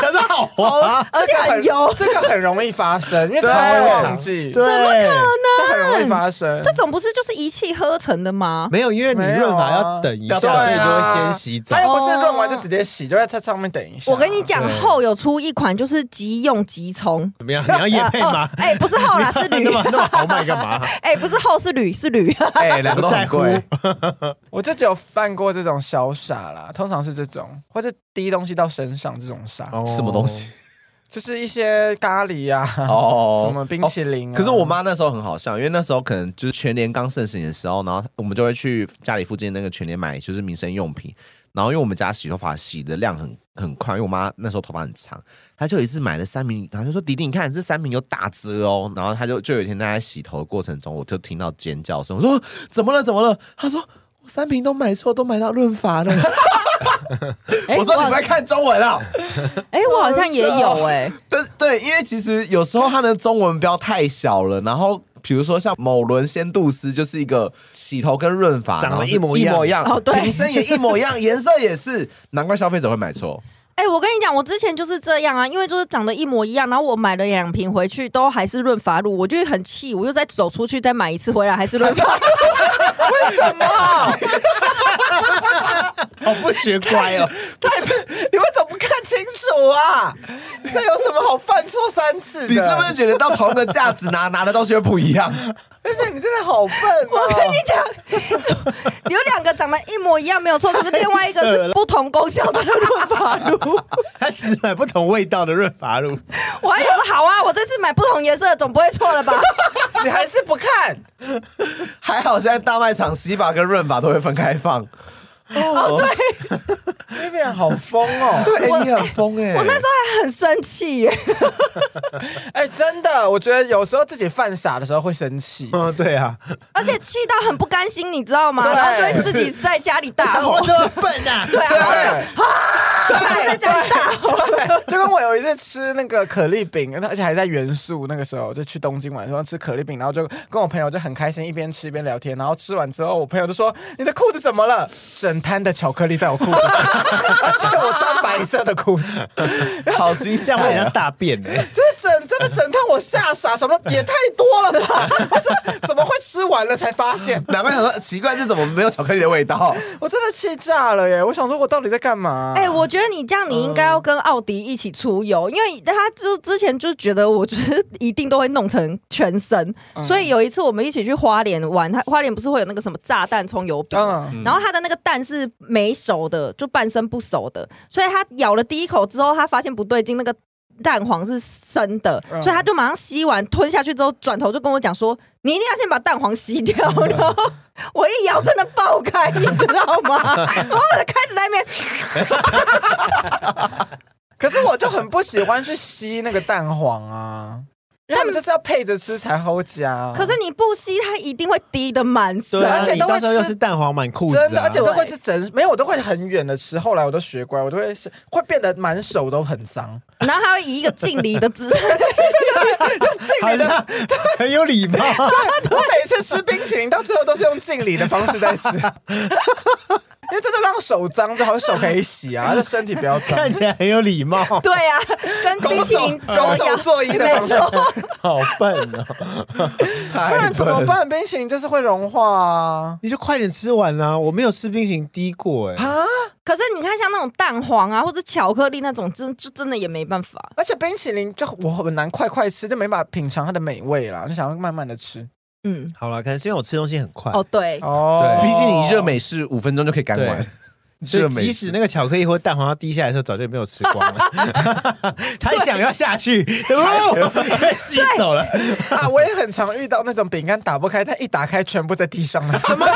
S3: 想说好滑，
S4: 哦而且很油，
S5: 这个很容易发生，因为
S3: 对
S5: 常常会忘记，
S3: 对，
S5: 这很容易发生。
S4: 这种不是就是一气呵成的吗？
S3: 没有，因为你润发要等一下，
S2: 没有啊
S3: 所以就会先洗澡
S5: 它。又不是润完就直接洗，就在它上面等一下。
S4: 哦我跟你讲，
S3: 对
S4: 后有出一款就是即用即冲。
S3: 怎么样？你要夜配吗
S4: 哦？哎、不是后
S3: [laughs]
S4: 啦，是
S3: 你
S4: 铝
S3: 干。嘛那么豪迈干嘛？
S4: 哎、不是后是铝，是铝。
S2: 哎、两个都
S3: 在
S2: 很
S3: 乎
S2: 贵。
S5: 我就只有犯过这种小傻啦，通常是这种，或者滴东西到身上这种傻，
S3: 哦
S2: 什么东西？
S5: 就是一些咖喱啊，
S2: 哦
S5: 什么冰淇淋啊。
S2: 可是
S5: [laughs]
S2: 我妈那时候很好笑，因为那时候可能就是全联刚盛行的时候，然后我们就会去家里附近那个全联买就是民生用品。然后因为我们家洗头发洗的量很 [laughs] 很快，因为我妈那时候头发很长，她就有一次买了三明，然后就说：“迪迪，你看这三明有打折哦。”然后她就就有一天她在洗头的过程中，我就听到尖叫声，我说：“怎么了？怎么了？”她说：“我三瓶都买错，都买到润发了。 [laughs]
S4: 哎、
S2: 我说：“你们在
S4: 哎、
S2: 看中文啊？”
S4: 我好像也有哎、
S2: 但是对，因为其实有时候它的中文标太小了，然后比如说像某伦仙杜斯就是一个洗头跟润发
S3: 长得
S2: 然后是
S3: 一模一
S2: 一
S3: 样
S2: 模一样，
S4: 哦对
S2: 瓶身也一模一
S4: [laughs]
S2: 样，颜色也是，难怪消费者会买错。
S4: 哎、我跟你讲，我之前就是这样啊，因为就是长得一模一样，然后我买了两瓶回去，都还是润发乳，我就很气，我又再走出去再买一次回来，还是润发乳。
S3: 好不学乖哦！
S5: 太， [laughs] 你为什么不看清楚啊？这有什么好犯错三次的？
S2: 你是不是觉得到同一个架子拿拿的东西会不一 [laughs] 样？
S5: 菲菲？你真的好笨、哦！
S4: 我跟你讲，有两个长得一模一样没有错，可是另外一个是不同功效的润发乳。
S3: 他只买不同味道的润发露，
S4: 我还想说，好啊，我这次买不同颜色的总不会错了吧？
S5: 你还是不看，
S2: 还好现在大卖场洗发跟润发都会分开放。
S5: 菲菲好疯 [laughs] 哦！
S2: 对，你很疯 [laughs] 哎、
S4: 我那时候还很生气耶，
S5: 哎、真的，我觉得有时候自己犯傻的时候会生气。
S3: 嗯，对啊，
S4: 而且气到很不甘心，你知道吗？
S5: 对
S4: 然后就会自己在家里大吼
S2: [laughs]
S3: 我，这么笨呐！
S4: 对啊，然后就
S5: 对
S4: 然 [laughs] 后在家里大吼，
S5: 对， [laughs] 就跟我有一次吃那个可丽饼，而且还在元素那个时候，就去东京玩的时候吃可丽饼，然后就跟我朋友就很开心，一边吃一边聊天，然后吃完之后，我朋友就说：“你的裤子怎么了？”整摊的巧克力在我裤子上， [laughs] 而且我穿白色的裤子，
S3: 好精，这样会很像大便呢。
S5: 这整真的整趟我吓傻，什么也太多了吧？ [laughs] 我说怎么会吃完了才发现？
S2: 难怪想说奇怪，这怎么没有巧克力的味道？
S5: 我真的气炸了耶！我想说我到底在干嘛？
S4: 哎、我觉得你这样，你应该要跟奥迪一起出游，因为他就之前就觉得，我觉得一定都会弄成全身，所以有一次我们一起去花莲玩，他花莲不是会有那个什么炸弹葱油
S5: 嗯
S4: 饼吗？然后他的那个蛋是没熟的，就半生不熟的，所以他咬了第一口之后，他发现不对劲，那个。蛋黄是生的，
S5: 嗯
S4: 所以他就马上吸完吞下去之后，转头就跟我讲说：“你一定要先把蛋黄吸掉。”然后我一咬，真的爆开，你知道吗？然后我就开始在那边，
S5: 可是我就很不喜欢去吸那个蛋黄 [laughs] 啊，因为他们就是要配着吃才好夹啊、
S4: 可是你不吸，它一定会滴的满身。
S3: 对啊，
S5: 而且
S3: 你
S5: 都会
S3: 到时候又
S5: 吃
S3: 是蛋黄满裤子啊，
S5: 真的，而
S3: [laughs]
S5: 且都会是整，没有我都会很远的吃。后来我都学乖，我都会是会变得满手都很 [laughs] 脏。
S4: 然后它会以一个敬礼的
S5: [laughs]
S4: 姿势，
S3: 好像哎很有礼貌。
S5: 我 [laughs] 每次吃冰淇淋到最后都是用敬礼的方式在 [laughs] 吃，因为这就让手脏，就好像手可以洗 [laughs] 啊，就身体不要脏
S3: 看。起来很有礼貌，
S4: 对啊，跟冰
S5: 拱
S4: 淇
S5: 手
S4: 淋
S5: 拱手作揖的
S4: 没
S5: 方式，哎
S4: 错。
S3: [laughs] 好笨哦！
S5: [laughs] 不然怎么办？冰淇淋就是会融化啊。
S3: 你就快点吃完啦、我没有吃冰淇淋滴过哎、
S4: 可是你看，像那种蛋黄啊，或者巧克力那种，真就真的也没办法。
S5: 而且冰淇淋就我很难快快吃，就没法品尝它的美味啦，就想要慢慢的吃。
S4: 嗯，
S3: 好了，可能是因为我吃东西很快
S4: 哦，对，
S2: [laughs]
S5: 哦
S2: 毕竟你热美式五分钟就可以干完
S3: 对。所以
S2: 热美式
S3: 即使那个巧克力或蛋黄要滴下来的时候，早就没有吃光
S5: [laughs]
S3: 了。他想要下去，哦被吸走了，
S5: 啊，我也很常遇到那种饼干打不开，但一打开全部在地上
S3: [laughs]
S5: 了。怎么？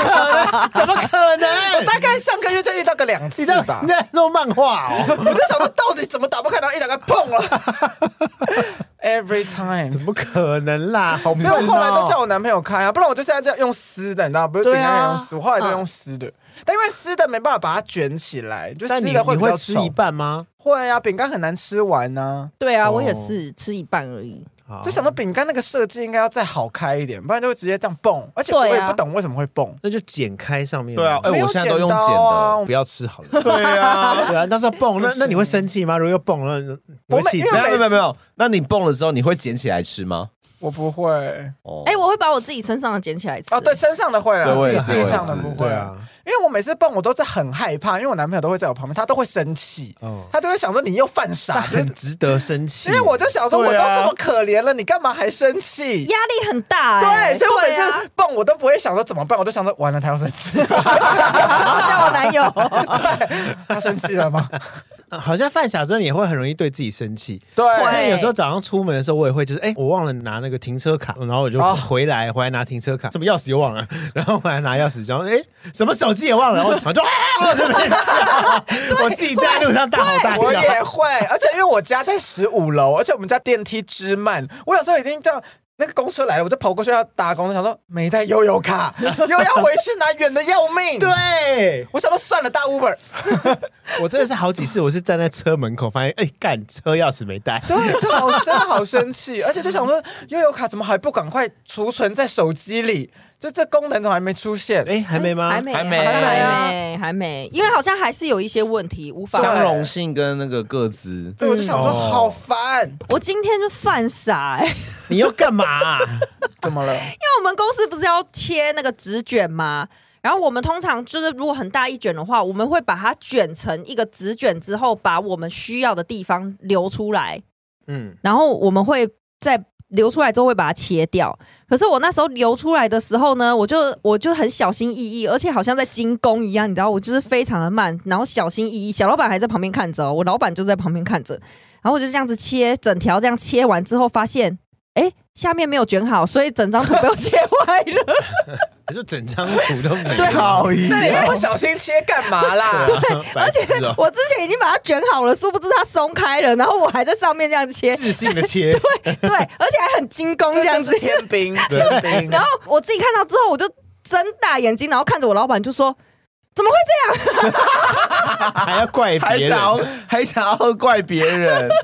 S3: 怎么可能？
S5: 大概上个月就遇到个两
S3: 你
S5: 次
S3: 在
S5: 吧
S3: 你。在弄漫画哦？ [laughs]
S5: 我在想说，到底怎么打不开，然后一打开，砰了。哎、 every time。
S3: 怎么可能啦？好
S5: 所以我后来都
S3: 闷哦
S5: 叫我男朋友开啊，不然我就现在在用撕的，你知道，不是饼
S3: 对啊
S5: 干用撕，我后来都用撕的。但因为撕的没办法把它卷起来，就撕
S3: 但你
S5: 的会
S3: 你
S5: 比较
S3: 会吃
S5: 丑
S3: 一。半吗？
S5: 会啊，饼干很难吃完呢、
S4: 对啊，
S3: 哦
S4: 我也是吃一半而已。
S3: 好
S2: 哦
S5: 就想到饼干那个设计应该要再好开一点，不然就会直接这样蹦。而且我
S4: 对
S5: 也
S4: 啊
S5: 不懂为什么会蹦。
S3: 那就剪开上面。
S2: 对啊，哎、
S5: 没有
S2: 我现在都用剪
S5: 剪刀啊 [laughs]
S2: 的，
S5: 我
S3: 不要吃好了。
S2: 对啊，
S3: [laughs] 对啊，那时候蹦，那那你会生气吗？如果又蹦了，你
S5: 我
S3: 会
S5: 每
S3: 气
S5: 因
S3: 炸
S5: 为
S2: [laughs] 没有没有没有
S5: 每次
S2: 没 [laughs] 有，那你蹦了之后，你会捡起来吃吗？
S5: 我不会
S2: 哦，
S4: 哎、我会把我自己身上的捡起来吃。
S5: 哦，对，，身上的会
S2: 对
S5: 了，
S2: 我也是
S5: 自己上的不会
S3: 对。啊，
S5: 因为我每次蹦，我都是很害怕，因为我男朋友都会在我旁边，他都会生气，
S3: 哦，
S5: 他都会想说你又犯
S2: [laughs]
S5: 傻。就是
S3: 很值得生气。
S5: 因为我就想说，我都
S2: 对啊
S5: 这么可怜了，你干嘛还生气？
S4: 压力很大、哎
S5: 对，所以我每
S4: 对啊
S5: 次蹦，我都不会想说怎么办，我都想说完了， [laughs] 他要生气，
S4: [laughs] 像我男友，
S5: 他生气了吗？
S3: 好像犯傻真的也会很容易对自己生气。因
S4: 会
S3: 为有时候早上出门的时候，我也会就是，哎、我忘了拿那个停车卡，然后我就
S5: 哦
S3: 回来、回来拿停车卡，什么钥匙又忘了， [laughs] 然后回来拿钥匙，然后哎、什么手机也忘了，然后我就啊，我在那边叫，我自己在路上大吼大
S5: 我
S3: 叫，
S5: 也会，而且因为我家在十五楼，而且我们家电梯之慢，我有时候已经这样。那个公车来了，我就跑过去要搭公车，想说没带悠游 [laughs] 卡，又要回去拿，远的要命。，
S3: 对
S5: 我想说算了，搭 Uber。
S3: 我真的是好几次，我是站在车门口发现，哎、干车钥匙没带，
S5: 对，就好，真的好生气， [laughs] 而且就想说悠游卡怎么还不赶快储存在手机里？就这功能怎么还没出现？
S3: 哎、 [laughs] 还没吗？
S4: 还没，
S2: 还没
S4: 还
S5: 还没啊
S4: 没，还没，因为好像还是有一些问题无法。
S2: 相容性跟那个个子，
S5: 对，我就想说
S3: 嗯哦
S5: 好烦，
S4: 我今天就犯傻、哎，因
S3: 你又干嘛 [laughs] 啊、
S5: 怎么了？
S4: 为我们公司不是要切那个纸卷吗？然后我们通常就是，如果很大一卷的话，我们会把它卷成一个纸卷之后，把我们需要的地方留出来。
S5: [laughs]
S3: 嗯，
S4: 然后我们会在流出来之后会把它切掉。可是我那时候流出来的时候呢，我就我就很小心翼翼，而且好像在精工一样，你知道，我就是非常的慢，然后小心翼翼。小老板还在旁边看着哦、我老板就在旁边看着，然后我就这样子切整条，这样切完之后发现。哎，下面没有卷好，所以整张图被我切坏
S5: [laughs]
S4: 了。
S3: 可是整张图都没有，啊
S5: 讨厌，那你那么小心切干嘛啦？
S3: 白痴
S5: 啊
S3: 哦、
S4: 我之前已经把它卷好了，殊不知它松开了，然后我还在上面这样切，
S3: [laughs] 自信的切，
S4: 对，而且还很精工这
S5: 这
S4: 样
S5: 就
S4: 子
S5: 是。天 [laughs] 兵，天兵。
S4: 然后我自己看到之后，我就睁大眼睛，然后看着我老板就说：“怎么会这
S3: 还要
S5: [laughs]
S3: 怪
S2: 还
S3: 别
S2: 想
S3: 人，
S5: 啊
S2: 要还想要怪别人，
S4: 样？”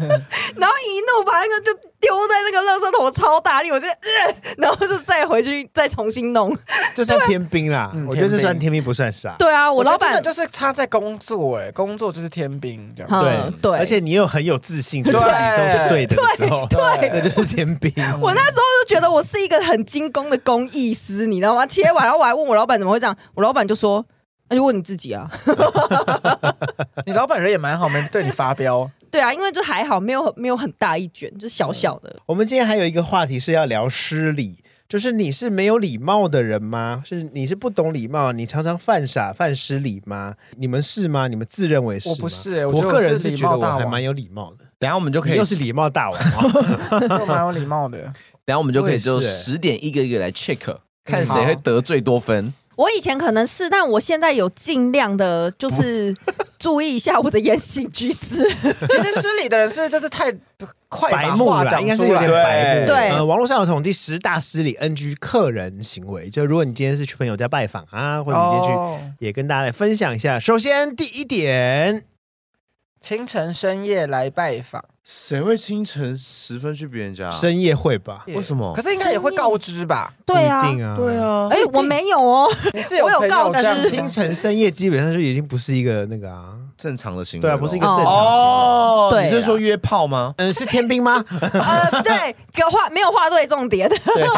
S4: 然后一怒把那个就丢在那个垃圾桶，超大力，我就、呃，然后就再回去再重新弄。
S3: 这算天兵啦
S5: 嗯，
S3: 我觉得这
S5: 天兵
S3: 算天兵不算傻。
S4: 对啊，我
S5: 觉得
S4: 老板
S5: 真的就是差在工作、哎，工作就是天兵这样。
S4: 嗯
S3: 对
S4: 对
S3: 而且你又很有自信，觉得自己都是对的的时候，
S5: 对对
S3: 那就是天兵。
S4: 我那时候就觉得我是一个很精工的工艺师，你知道吗？切完，然后我还问我老板怎么会这样，我老板就说。那就问你自己啊， [laughs]
S5: 你老板人也蛮好，没对你发 [laughs] 飙。
S4: 对啊，因为就还好，没有没有很大一卷，就小小的。
S3: 我们今天还有一个话题是要聊失礼，就是你是没有礼貌的人吗？是你是不懂礼貌，你常常犯傻、犯失礼吗？你们是吗？你们自认为是吗？
S5: 我不是欸我
S3: 我
S5: 觉得
S3: 个人
S5: 我是
S3: 是
S5: 礼
S3: 觉
S5: 貌
S3: 得
S5: 大
S3: 我还
S5: 王
S3: 蛮有礼貌的。
S2: 等一下我们就可
S3: 你
S2: 以
S3: 又是礼貌大王哦，
S5: 就蛮有礼貌的。
S2: 等一下我们欸就可以就
S3: 我也是
S2: 十点一个一个来 check，看谁会得最多分。
S4: 我以前可能是，但我现在有尽量的，就是注意一下我的言行举止。
S5: [laughs] 其实失礼的人是不是就是太快
S3: 白
S5: 把
S3: 目
S5: 话
S3: 啦，
S5: 讲
S3: 应该是
S5: 出
S3: 有点
S5: 来？
S3: 白目。
S4: 对
S3: 呃，网络上有统计十大失礼 NG 客人行为，就如啊果你今天是去朋友家拜访啊，或者你今天去
S5: 哦，
S3: 也跟大家来分享一下。首先第一点，
S5: 清晨深夜来拜访，
S2: 谁会清晨十分去别人家
S3: 深夜会吧？
S5: 嗯
S2: 为什么
S5: 可？是应该也会告知吧？
S4: 对
S3: 不一
S4: 啊，
S3: 定啊，
S2: 对。啊，
S4: 哎、我没有哦，
S5: 你是
S4: 我有
S5: 朋友
S4: 告知
S5: 这样
S3: 但是
S5: 子
S3: 清
S5: 吗
S3: 晨深夜基本上就已经不是一个那个啊，
S2: 正常的行为咯。
S3: 对啊，不是一个正常行为。
S2: 哦，
S4: 对啊
S2: 你是说约炮吗？
S3: 嗯，是天兵吗？
S4: [laughs] 呃，对，有画没有画对重点，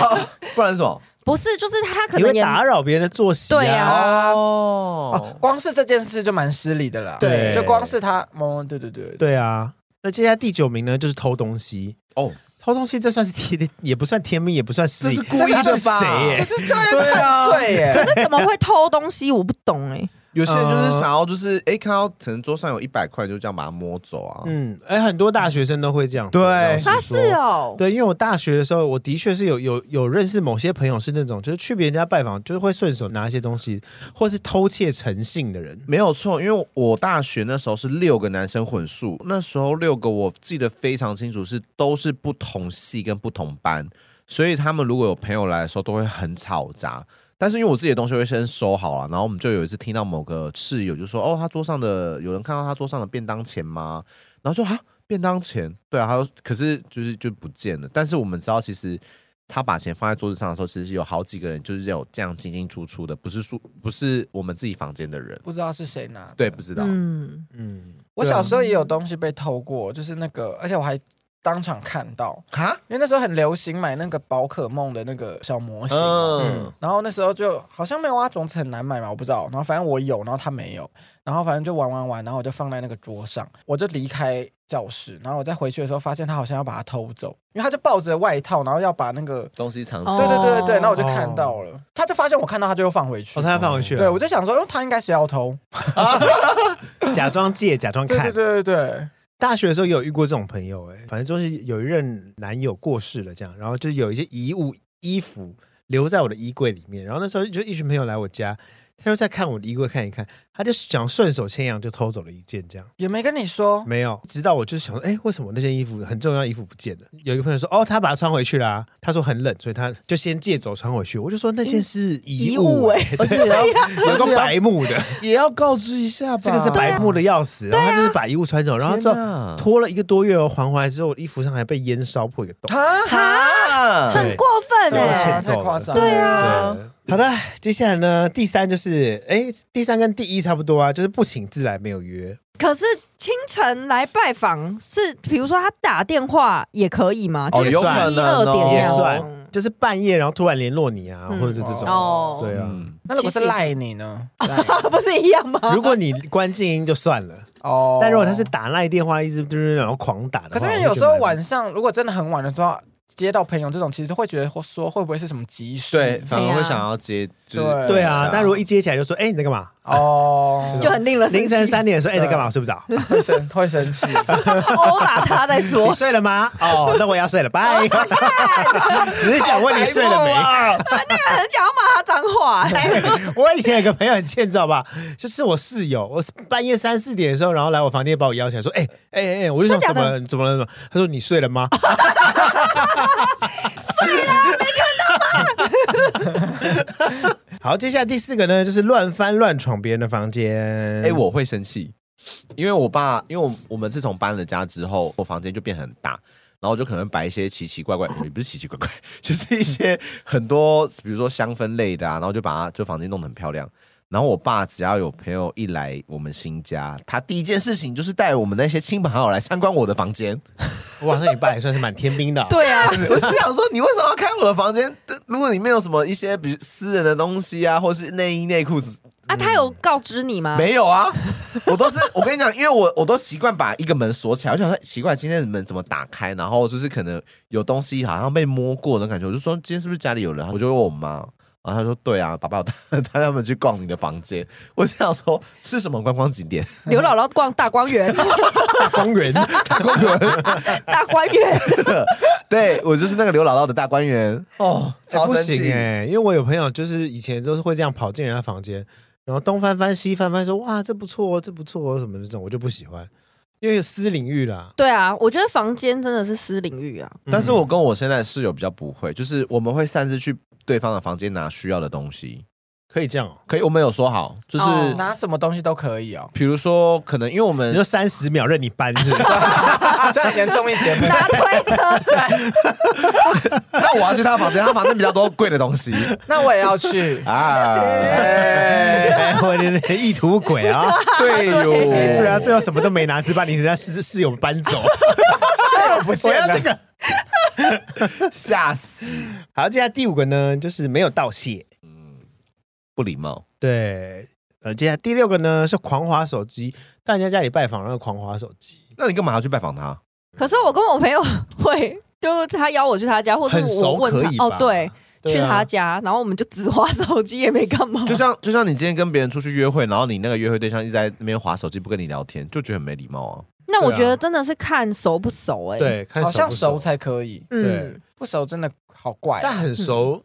S2: [laughs] 不然是什么？
S4: 不是，就是他可
S3: 你
S4: 能
S3: 会
S4: 也
S3: 打扰别人的作息。
S4: 对啊
S5: 哦
S2: 哦，
S5: 光是这件事就蛮失礼的啦。
S3: 对
S5: 就光是他，哦，对对对，
S3: 对啊。那接下来第九名呢，就是偷东西。
S2: 哦，
S3: 偷东西这算是天，也不算天命，也不算失
S2: 这
S3: 礼
S2: 是，故意的吧？
S3: 谁耶
S5: 就是这样就犯罪耶。欸
S4: 可是怎么会偷东西？我不懂哎、
S2: 有些人就是想要，就是哎、诶看到可能桌上有一百块，就这样把它摸走啊。
S3: 嗯，哎、很多大学生都会这样。
S2: 对
S3: 老实
S4: 他
S3: 说
S4: 是哦，
S3: 对，因啊为我大学的时候，我的确是有有有认识某些朋友是那种，就是去别人家拜访，就是会顺手拿一些东西，或是偷窃诚信的人。
S2: 没有错，因为我大学那时候是六个男生混宿，那时候六个我记得非常清楚，是都是不同系跟不同班，所以他们如果有朋友来的时候都会很吵杂。但是因为我自己的东西会先收好了，然后我们就有一次听到某个室友就说：“哦，他桌上的有人看到他桌上的便当钱吗？”然后说：“啊，便当钱，对啊。”他说：“可是就是就不见了。”但是我们知道，其实他把钱放在桌子上的时候，其实有好几个人就是有这样进进出出的，不是说不是我们自己房间的人。
S5: 不知道是谁拿的。
S2: 对，不知道。
S4: 嗯，
S3: 嗯，
S5: 我小时候也有东西被偷过，就是那个，而且我还当场看到，
S2: 哈，
S5: 因为那时候很流行买那个宝可梦的那个小模型。
S2: 嗯，
S5: 然后那时候就好像没有啊，种子很难买嘛，我不知道。然后反正我有，然后他没有，然后反正就玩玩玩，然后我就放在那个桌上，我就离开教室，然后我再回去的时候发现他好像要把它偷走，因为他就抱着外套，然后要把那个，
S2: 东西藏起
S4: 哦
S5: 对
S2: 来。
S5: 对对对对，然后我就看到了，他就发现我看到，他就又放回去。
S3: 哦，他要放回去
S5: 对，
S3: 了，
S5: 我就想说，因为哦他应该是要偷。
S3: [laughs] 假装借，假装
S5: 对
S3: 看
S5: 对。对对对，
S3: 大学的时候也有遇过这种朋友、哎，反正就是有一任男友过世了，这样，然后就是有一些遗物、衣服留在我的衣柜里面，然后那时候就一群朋友来我家，他就在看我的衣柜看一看，他就想顺手牵羊就偷走了一件这样。
S5: 也没跟你说。
S3: 没有，直到我就是想说，哎、为什么那件衣服很重要的衣服不见了？有一个朋友说，哦，他把它穿回去啦、他说很冷，所以他就先借走穿回去。我就说那件是遗物、
S4: 哎
S3: 哎、 [laughs]
S4: 而且要
S3: 有个白目的，
S2: 也要告知一下吧
S3: 这个是白目的要死，然后他就是把衣物穿走，然后之
S2: 天
S3: 后
S2: 哪
S3: 拖了一个多月哦，还回来之后，我衣服上还被烟烧破一个洞。
S5: 啊，
S2: 啊
S4: 很过分
S3: 对
S4: 哎、
S3: 歉
S5: 太夸张。
S4: 对啊，
S3: 好的，接下来呢，第三就是，哎，第三跟第一差不多啊，就是不请自来，没有约。
S4: 可是清晨来拜访是，比如说他打电话也可以吗？
S2: 哦
S4: 就是
S2: 有可
S4: 一
S2: 能
S4: 二
S2: 哦
S4: 点
S3: 也
S4: 那种
S3: 算，就是半夜然后突然联络你啊，
S4: 嗯
S3: 或者是这种，
S4: 哦
S3: 对啊。
S2: 嗯，
S5: 那如果是
S4: 其实
S5: 赖你呢？
S4: 啊，不是一样吗？
S3: 如果你关静音就算了，
S5: 哦
S3: 但如果他是打赖电话，一直就是然后狂打的话，
S5: 可是因为
S3: 我就觉
S5: 有时
S3: 得
S5: 候
S3: 蛮
S5: 晚上如果真的很晚的时候接到朋友这种，其实会觉得或说会不会是什么急事？
S2: 对，反而
S4: 对啊
S2: 会想要接，就是
S5: 对
S3: 对啊
S2: 是，
S3: 但如果一接起来就说，哎、你在干嘛？
S5: 哦，
S4: 就很令人生
S3: 凌晨
S4: 气，
S3: 三点的时候，哎、你在
S5: 对啊
S3: 干嘛？我睡不
S5: [laughs]
S3: 着？你。
S5: 会生会生气。
S4: 殴哦打他再说
S3: [laughs] 睡了吗？哦，那我也要睡了，
S5: [laughs]
S3: 拜。只是想问你睡了
S4: [laughs]
S3: 没？
S4: 那个很想要骂他脏话、哎
S3: [laughs] 我以前有个朋友很欠揍吧，就是我室友，我半夜三四点的时候，然后来我房间把我邀起来说，哎哎哎，欸我就想
S4: 真
S3: 怎
S4: 假的
S3: 么怎么了？怎么了他说你睡了吗？ [laughs]
S4: [laughs]
S3: 睡了，没看到吗？好，接下来第四个呢，就是乱翻乱闯别人的房间。
S2: 哎、我会生气，因为我爸，因为我我们自从搬了家之后，我房间就变很大，然后我就可能摆一些奇奇怪怪， [coughs] 也不是奇奇怪 [laughs] 怪，就是一些很多，比如说香氛类的啊，然后就把它就房间弄得很漂亮。然后我爸只要有朋友一来我们新家，他第一件事情就是带我们那些亲朋好友来参观我的房间。
S3: 哇，那你爸也算是蛮天兵的、，
S4: [laughs] 对啊，
S2: [laughs] 我是想说，你为什么要开我的房间？如果里面有什么一些比如私人的东西啊，或是内衣内裤子，
S4: 啊，他有告知你吗？
S2: 没有 [laughs] 啊，我都是我跟你讲，因为我我都习惯把一个门锁起来，我就想说哎奇怪，今天门怎么打开？然后就是可能有东西好像被摸过的感觉，我就说今天是不是家里有人？我就问我妈。然后她说：“对啊，爸爸有带带他们去逛你的房间。”我是想说，是什么观光景点？ [laughs]
S4: 刘姥姥逛大观 [laughs] 园，
S3: 大公园，大公园。
S4: 大观园，
S2: [laughs] 对我就是那个刘姥姥的大观园哦，
S3: 欸
S2: 超
S3: 不
S2: 生
S3: 行
S2: 气！
S3: 哎、因为我有朋友就是以前都是会这样跑进人家房间，然后东翻翻西翻翻说哇这不错哦，这不错哦什么的这种，我就不喜欢，因为有私领域啦。
S4: 对啊，我觉得房间真的是私领域啊。
S2: 但是我跟我现在的室友比较不会，就是我们会擅自去对方的房间拿需要的东西。
S3: 可以这样、哦，
S2: 可以，我们有说好，就是
S4: 哦
S5: 拿什么东西都可以哦，
S2: 比如说，可能因为我们 [laughs]
S3: 你说三十秒任你搬是不是？
S5: 像以前综艺节目，
S4: 拿推车，
S2: 那我要去他房间，他房间比较多贵的东西
S5: 那我也要去。
S2: [laughs] 啊。
S3: 哎，我的意图鬼啊！
S2: [laughs] 对
S3: 对啊，
S2: 哟，
S3: 最后什么都没拿，只把你人家室室友搬走。
S5: 室友不见
S3: 我要
S5: 了
S3: 这，个。
S2: 吓死！
S3: 好，接下来第五个呢，就是没有道谢。
S2: 不礼貌，
S3: 对，呃，接下来第六个呢是狂滑手机，到人家家里拜访，然后狂滑手机。
S2: 那你干嘛要去拜访他？
S4: 可是我跟我朋友会，就是他邀我去他家，或者
S3: 很
S4: 我
S3: 熟
S4: 问
S3: 可
S4: 他
S3: 以，吧
S4: 哦，对，
S3: 对啊
S4: 去他家，然后我们就只划手机，也没干嘛。
S2: 就像就像你今天跟别人出去约会，然后你那个约会对象一直在那边划手机不跟你聊天，就觉得很没礼貌 [laughs] 啊。
S4: 那我
S3: 对啊
S4: 觉得真的是看熟不熟哎、欸。，
S3: 对，看
S5: 好像
S3: 不
S5: 熟，才可以，
S4: 嗯，
S5: 不熟真的好怪
S3: 但
S5: 啊。
S3: 很熟。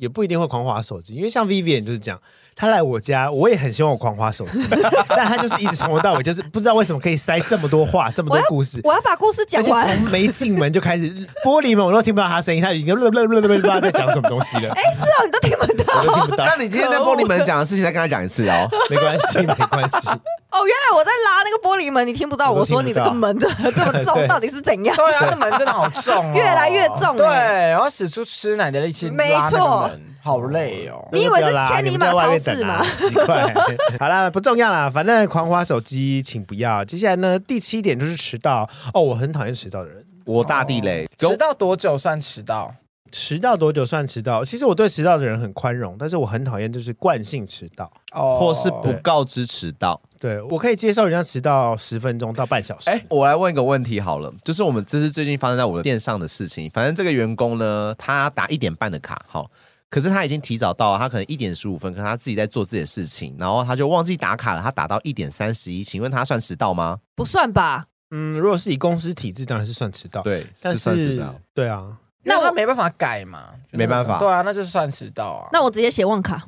S3: 也不一定会狂滑手机，因为像 Vivian 就是这样，她来我家，我也很希望我狂滑手机， [laughs] 但她就是一直从头到尾就是不知道为什么可以塞这么多话，这么多故事，
S4: 我要把故事
S3: 而
S4: 讲
S3: 且
S4: 完。
S3: 从没进门就开始，玻璃门我都听不到她声音，她已经 [laughs] 不知道在讲什么东西了，
S4: 哎，是哦，你都听不到
S3: 我都听不到
S2: 那，你今天在玻璃门讲的事情，再跟他讲一次 [laughs] 哦。
S3: [laughs] 没关系，没关系，
S4: 哦。原来我在拉那个玻璃门，你听不到。
S3: 我都
S4: 我
S3: 听不
S4: 说你这
S3: 到
S4: 个门这
S3: [laughs]
S4: 这么重，到底是怎样？
S5: [laughs] 对啊，那门真的好重哦，
S4: 越来越重欸
S5: 对，我要使出吃奶的力气
S4: 没
S5: 拉那
S4: 错
S5: 个门，好累哦。
S4: [laughs] 你以为是千里马超市吗
S3: 啊 [laughs] 奇怪，好啦，不重要啦，反正狂滑手机请不要。接下来呢，第七点就是迟到。哦，我很讨厌迟到的人。
S2: 我大地雷，
S5: 迟到多久算迟到？
S3: 迟到多久算迟到？其实我对迟到的人很宽容，但是我很讨厌就是惯性迟到。
S5: 哦
S2: 或是不告知迟到。
S3: 对我可以接受人家迟到十分钟到半小时。
S2: 哎、我来问一个问题好了，就是我们这是最近发生在我的店上的事情。反正这个员工呢，他打一点半的卡，好，可是他已经提早到了，他可能一点十五分，可是他自己在做自己的事情，然后他就忘记打卡了，他打到一点三十一，请问他算迟到吗？
S4: 不算吧？
S3: 嗯，如果是以公司体制，当然是算迟到。，
S2: 对，
S3: 但
S2: 算迟
S3: 是
S2: 到。
S3: 对啊，
S5: 因为
S4: 那我
S5: 他没办法改嘛，就那个
S2: 没办法
S5: 对啊，那就是算迟到啊。
S4: 那我直接写忘卡。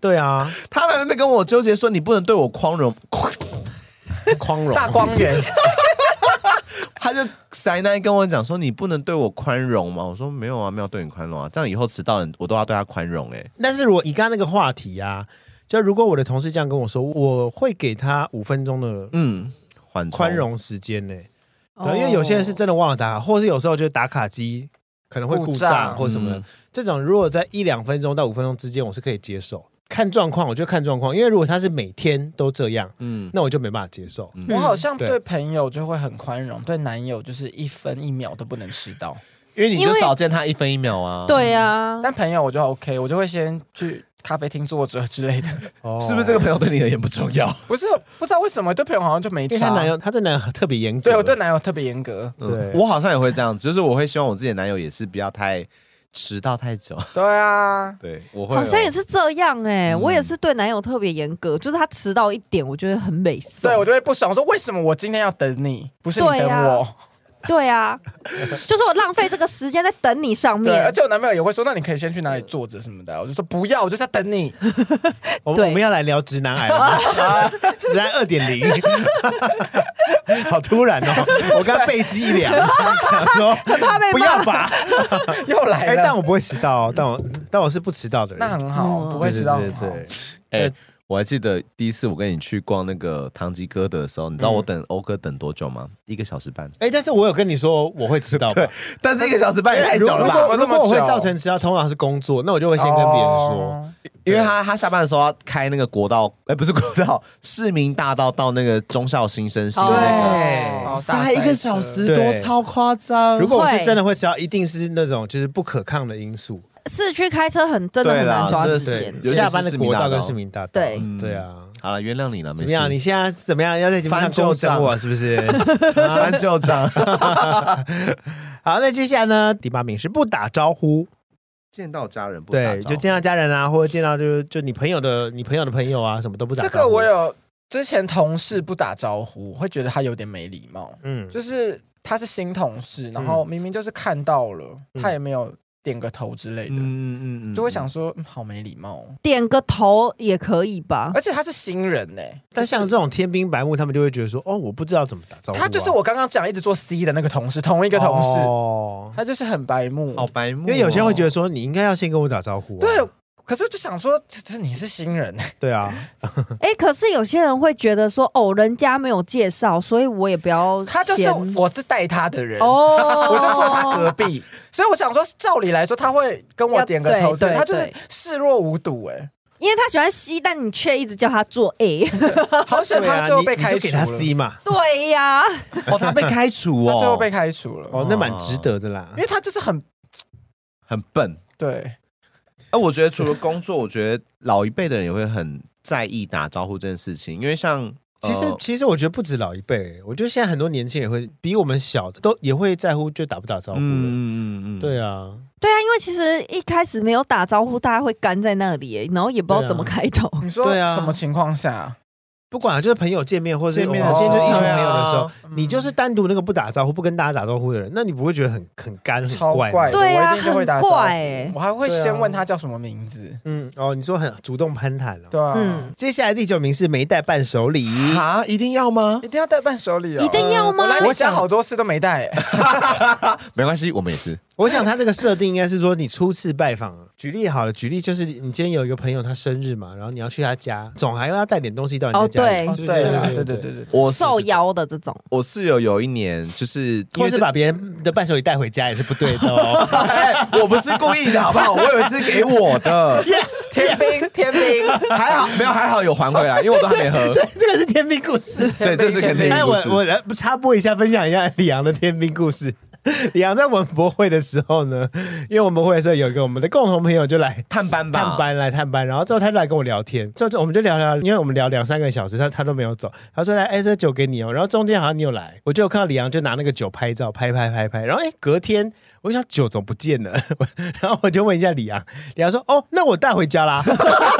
S3: 对
S2: [laughs]
S3: 啊，
S2: 他来那边跟我纠结说，你不能对我宽容， [laughs]
S3: 宽容。
S5: 大光源
S2: 他就塞奶跟我讲说，你不能对我宽容吗？我说没有啊，没有对你宽容啊，这样以后迟到了我都要对他宽容、欸。
S3: [laughs] 但是如果以刚刚那个话题啊，就如果我的同事这样跟我说，我会给他五分钟的
S2: 嗯，缓冲
S3: 宽。容时间呢、然后因为有些人是
S4: 哦
S3: 真的忘了打卡，或者是有时候就是打卡机可能会故
S5: 故
S3: 障
S5: 障
S3: 或什么的。
S2: 嗯
S3: 这种如果在一两分钟到五分钟之间，我是可以接受。看状况，我就看状况，因为如果他是每天都这样，
S2: 嗯，
S3: 那我就没办法接受。
S4: 嗯哦
S5: 我好像
S3: 对
S5: 对朋友就会很宽容，对男友就是一分一秒都不能迟到。
S2: 因为你
S4: 因
S2: 就
S4: 为
S2: 少见他一分一秒啊。
S4: 对啊，
S5: 但朋友我就 OK，我就会先去咖啡厅坐着之类的。
S3: 哦
S2: 是不是这个？朋友对你而言不重 [laughs] 要？
S5: 不是不知道为什么对朋友好像就没
S3: 因为她
S5: 差。
S3: 男友，她对男友特别严格。
S5: 对我对男友特别严格。
S3: 对
S2: 我好像也会这样子，就是我会希望我自己的男友也是不要太迟到太久。
S5: 对啊，
S2: [laughs] 对，我会
S4: 好像也
S2: 是
S4: 是这样哎、
S5: 嗯
S4: 我也是对男友特别严格，就是他迟到一点，我觉得很美色
S5: 对。我就会不爽，我说为什么我今天要等你，不是你
S4: 对
S5: 等
S4: 啊
S5: 我？
S4: 对
S5: [laughs]
S4: 啊，就是我浪费这个时间在等你上
S5: 对，而
S4: 面。
S5: 且我男朋友也会说，那你可以先去哪里坐着什么的。我就说不要，我就是要等
S4: [laughs]
S5: 你。
S3: 我们
S4: 对
S3: 我们要来聊直男癌了，直男二点零， [laughs] 好突然哦！我刚刚背脊一凉，想
S4: [laughs]
S3: 说
S4: 怕被骂
S3: 不要吧。
S5: 又来
S3: 哎，
S5: 了，
S3: 但我不会迟到哦，但我但我是不迟到的人。
S5: 那很好，
S4: 嗯
S5: 不会迟到
S3: 对
S5: 很好。
S3: 对对
S2: 哎、我还记得第一次我跟你去逛那个唐吉诃德的时候，你知道我等欧哥等多久吗？一个小时半。
S3: 哎，但是我有跟你说我会迟到吧？
S2: 但是一个小时半也
S5: 哎
S2: 太久了
S3: 哎如
S2: 吧？
S3: 果
S5: 我
S3: 如
S5: 这么
S3: 果我会
S5: 久
S3: 造成迟到，通常是工作，那我就会先跟别人说。
S5: 哦，
S2: 因为他他下班的时候要开那个国道，哎、不是国道，市民大道到那个忠孝新生新的那
S4: 哦
S3: 哎
S2: 个，
S5: 哦
S2: 塞一个小时
S3: 对
S2: 多，超夸张。
S3: 如果我是
S4: 会
S3: 真的会迟到，一定是那种就是不可抗的因素，
S4: 市区开车很真的
S2: 对
S4: 很
S2: 啦
S4: 难抓
S2: 这
S4: 时
S2: 是
S4: 间。
S2: 尤其是
S3: 下班的
S2: 市民
S3: 国
S2: 大
S3: 道
S2: 道
S3: 跟市民大道。
S4: 对
S3: 嗯对啊。
S2: 好了，原谅你了，
S5: 嗯
S2: 没事。
S3: 怎么样？你现在怎么样？要在节目上
S2: 翻旧
S3: 公审
S2: 账
S3: 我是不
S5: [laughs]
S3: 是？
S2: [laughs] 翻旧账，
S3: 好，那接下来呢？第八名是不打招呼，
S2: 见到家人不打
S3: 对，
S2: 招呼
S3: 就见到家人啊，或者见到就就你朋友的你朋友的朋友啊，什么都不打
S5: 这
S3: 招呼。
S5: 个我，有之前同事不打招呼，我会觉得他有点没礼貌，
S3: 嗯，
S5: 就是他是新同事，然后明明就是看到了，
S3: 嗯
S5: 他也没有点个头之类的。
S2: 嗯嗯嗯
S5: 就会想说，嗯好没礼貌、哦，
S4: 点个头也可以吧？
S5: 而且他是新人呢、欸
S3: 但像这种天兵白目，他们就会觉得说，哦，我不知道怎么打招呼啊。
S5: 他就是我刚刚讲一直做 C 的那个同事，同一个同事，
S3: 哦
S5: 他就是很白目。
S2: 好白目哦，
S3: 因为有些人会觉得说，你应该要先跟我打招呼、啊。
S5: 对，可是就想说，这这你是新人，
S3: 对啊，
S4: 哎、可是有些人会觉得说，哦，人家没有介绍，所以我也不要嫌。
S5: 他就是我是带他的人，
S4: 哦，
S5: [laughs] 我就坐他隔壁，所以我想说，照理来说他会跟我点个
S4: 要
S5: 头之类
S4: 对对
S5: 的，他就是
S4: 对
S5: 视若无睹
S4: [laughs]
S5: 哎、
S4: 因为他喜欢 C，但你却一直叫他做
S5: [laughs]
S4: A。
S5: 好险
S3: 对啊，
S5: 他最后被开
S3: 你你就给
S5: 除了，
S3: 他 C 嘛，
S4: 对呀、
S2: 哦， [laughs] 他被开除
S5: 他
S2: 哦，
S5: 最后被开除了，
S3: 哦，那蛮值得的啦
S5: 因。为他就是很
S2: 很笨。
S5: 对，
S2: 哎，我觉得除了工作，我觉得老一辈的人也会很在意打招呼这件事情，因为像
S3: 其实，
S2: 呃
S3: 其实我觉得不止老一辈，我觉得现在很多年轻人会比我们小的都也会在乎就打不打招呼了。
S2: 嗯嗯嗯嗯，
S3: 对啊，
S4: 对啊，因为其实一开始没有打招呼，大家会干在那里耶，然后也不知道怎么开头。
S5: 你说
S3: 对啊
S5: 什么情况下？
S3: 不管啊就是朋友见面，或者是
S5: 见
S3: 我
S5: 面
S3: 们
S5: 的
S3: 今天就是一群朋友的时候啊嗯
S2: 对，
S3: 你就是单独那个不打招呼、不跟大家打招呼的人，那你不会觉得很很干、很
S5: 超
S3: 怪
S5: 怪
S3: 吗？
S5: 的，
S4: 对啊
S5: 我一定就会打招呼
S4: 很怪欸
S5: 嗯我还会
S3: 对啊
S5: 先问他叫什么名字。
S3: 嗯，哦，你说很主动攀谈了、
S5: 对啊，
S4: 嗯，
S3: 接下来第九名是没带伴手 [laughs] 礼，
S2: 啊，一定要吗？
S5: 一定要带伴手礼哦，
S4: 一定要吗
S5: 我来
S3: 我
S5: 你
S3: 想
S5: 家好多次都没带，欸
S2: 没关系，我们也是。
S3: 我想他这个设定应该是说你初次拜访。啊举例好了，举例就是你今天有一个朋友他生日嘛，然后你要去他家，总还要带点东西到人家家里。
S4: 哦
S3: 就是
S5: 啊对啦，
S3: 对
S5: 对对对对，
S2: 我
S4: 受邀的这种，
S2: 我室友有一年就是因
S3: 或
S2: 为
S3: 是
S2: 这
S3: 把别人的伴手礼带回家也是不对的哦。
S2: [laughs] 哎，我不是故意的，好不好？我有一次给我
S3: [laughs]
S2: 的，[laughs]
S5: 天兵天兵，
S2: 还好没有，还好有还回来，因为我都还没喝。
S3: 对，这个是天兵故事。
S2: 对，这是肯定
S3: 哎，
S2: 的故
S3: 我
S2: 事。
S3: 我来插播一下，分享一下李阳的天兵故事。 [laughs] 李阳在文博会的时候呢，因为文博会的时候有一个我们的共同朋友就来
S2: 探班吧，
S3: 探班来探班，然后之后他就来跟我聊天，之后就我们就聊聊，因为我们聊两三个小时，他他都没有走，他说来，哎、这酒给你哦，然后中间好像你有来，我就有看到李阳就拿那个酒拍照，拍拍拍拍，然后哎、隔天我就想酒怎么不见了， [laughs] 我然后我就问一下李阳，李阳说哦，那我带回家啦， [laughs]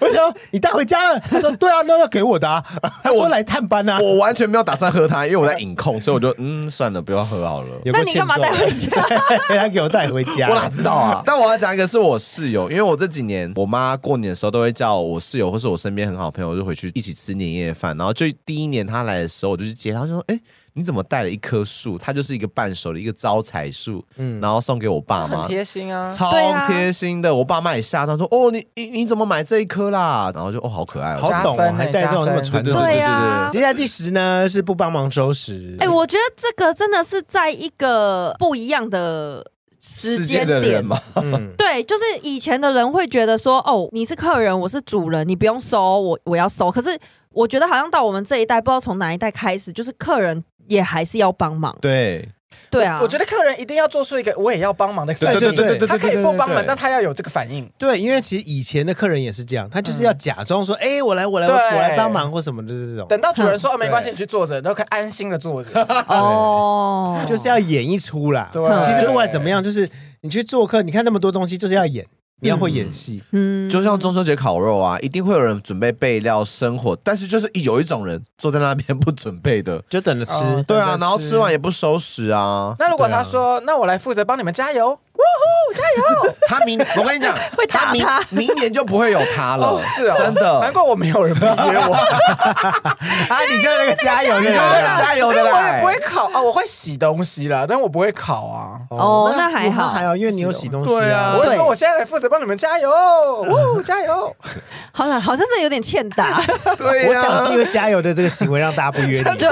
S3: 我想说你带回家了，他说对啊，那要给我的、啊，他说来探班啊，
S2: 我完全没有打算喝它，因为我在饮控，所以我就嗯算了，不要喝好了。
S3: 有
S4: 那
S3: 个
S4: 你干嘛
S3: 欠揍啊
S4: 带回
S3: [laughs]
S4: 家？
S3: 他给我带回家，
S2: 我哪知道啊？ [laughs] 但我要讲一个是我室友，因为我这几年我妈过年的时候都会叫我室友或是我身边很好的朋友就回去一起吃年夜饭，然后就第一年她来的时候，我就去接她，就说：“哎、你怎么带了一棵树？它就是一个伴手礼，一个招财树，嗯，然后送给我爸
S5: 很
S2: 妈。”
S5: 贴心啊。
S2: 超
S4: 对啊
S2: 贴心的，我爸妈也吓到说：“哦，你你你怎么买这一棵啦？”然后就哦，好可爱哦，
S3: 好懂
S5: 加
S3: 哦，
S5: 分
S3: 还带这种那么传
S2: 对
S3: 统
S2: 对
S3: 的。
S2: 对
S4: 对啊
S3: 接下来第十呢是不帮忙收拾，
S4: 哎、我觉得这个真的是在一个不一样的时
S2: 世
S4: 间
S2: 界的
S4: 点
S2: 人。嘛，
S3: 嗯
S4: 对，就是以前的人会觉得说，哦，你是客人，我是主人，你不用收，我我要收。可是我觉得好像到我们这一代，不知道从哪一代开始，就是客人也还是要帮忙。
S2: 对，
S4: 对啊，
S5: 我觉
S4: 得
S5: 得客人一定要做出一个我也要帮忙的反应，
S2: 对对对对对
S5: 他可以不帮
S2: 对对
S5: 忙
S2: 对，嗯
S5: 但他要有这个反应。
S3: 对，因为其实以前的客人也是这样，他就是要假装说，哎、我来，我来，我
S5: 对
S3: 我来帮忙或什么的这种，
S5: 等到主人说哦没关系，
S3: 对
S5: 你去坐着，都可以安心的坐
S2: 啊
S5: 着。
S4: 哦，
S3: 就是要演一出啦。
S5: 对
S3: 其实不管怎么样，就是你去做客，你看那么多东西，就是要演，你要会演戏。
S4: 嗯
S2: 就像中秋节烤肉啊，一定会有人准备备料生火，但是就是有一种人坐在那边不准备的，
S3: 就等着吃，
S5: 哦
S2: 对啊，
S5: 真的是。
S2: 然后吃完也不收拾啊
S5: 那如果他说那我来负责帮你们加油，
S2: 他明，我跟你讲，
S4: 会打
S2: 明
S4: 他
S2: 明年就不会有他了
S5: 哦，是哦，
S2: 真的。
S5: 难怪我没有人理解我，
S3: 啊，你就那个加油的人
S2: 加油的
S3: 啊。
S2: 加油的
S5: 因为我
S2: 啦
S5: 也不会烤啊，我会洗东西啦，但我不会烤啊。
S4: 哦那还好哦
S3: 还好，因为你有洗东西、
S2: 对啊
S5: 我会
S4: 对
S5: 说我现在来负责帮你们加
S2: [laughs]
S5: 油，呜，加油！
S4: 好了，好像这有点欠
S3: [laughs]
S4: 打，
S2: 对
S3: 我
S2: 呀
S5: 啊
S3: 想是因为加油的这个行为让大家不
S4: [laughs]
S3: 约你，
S4: 对，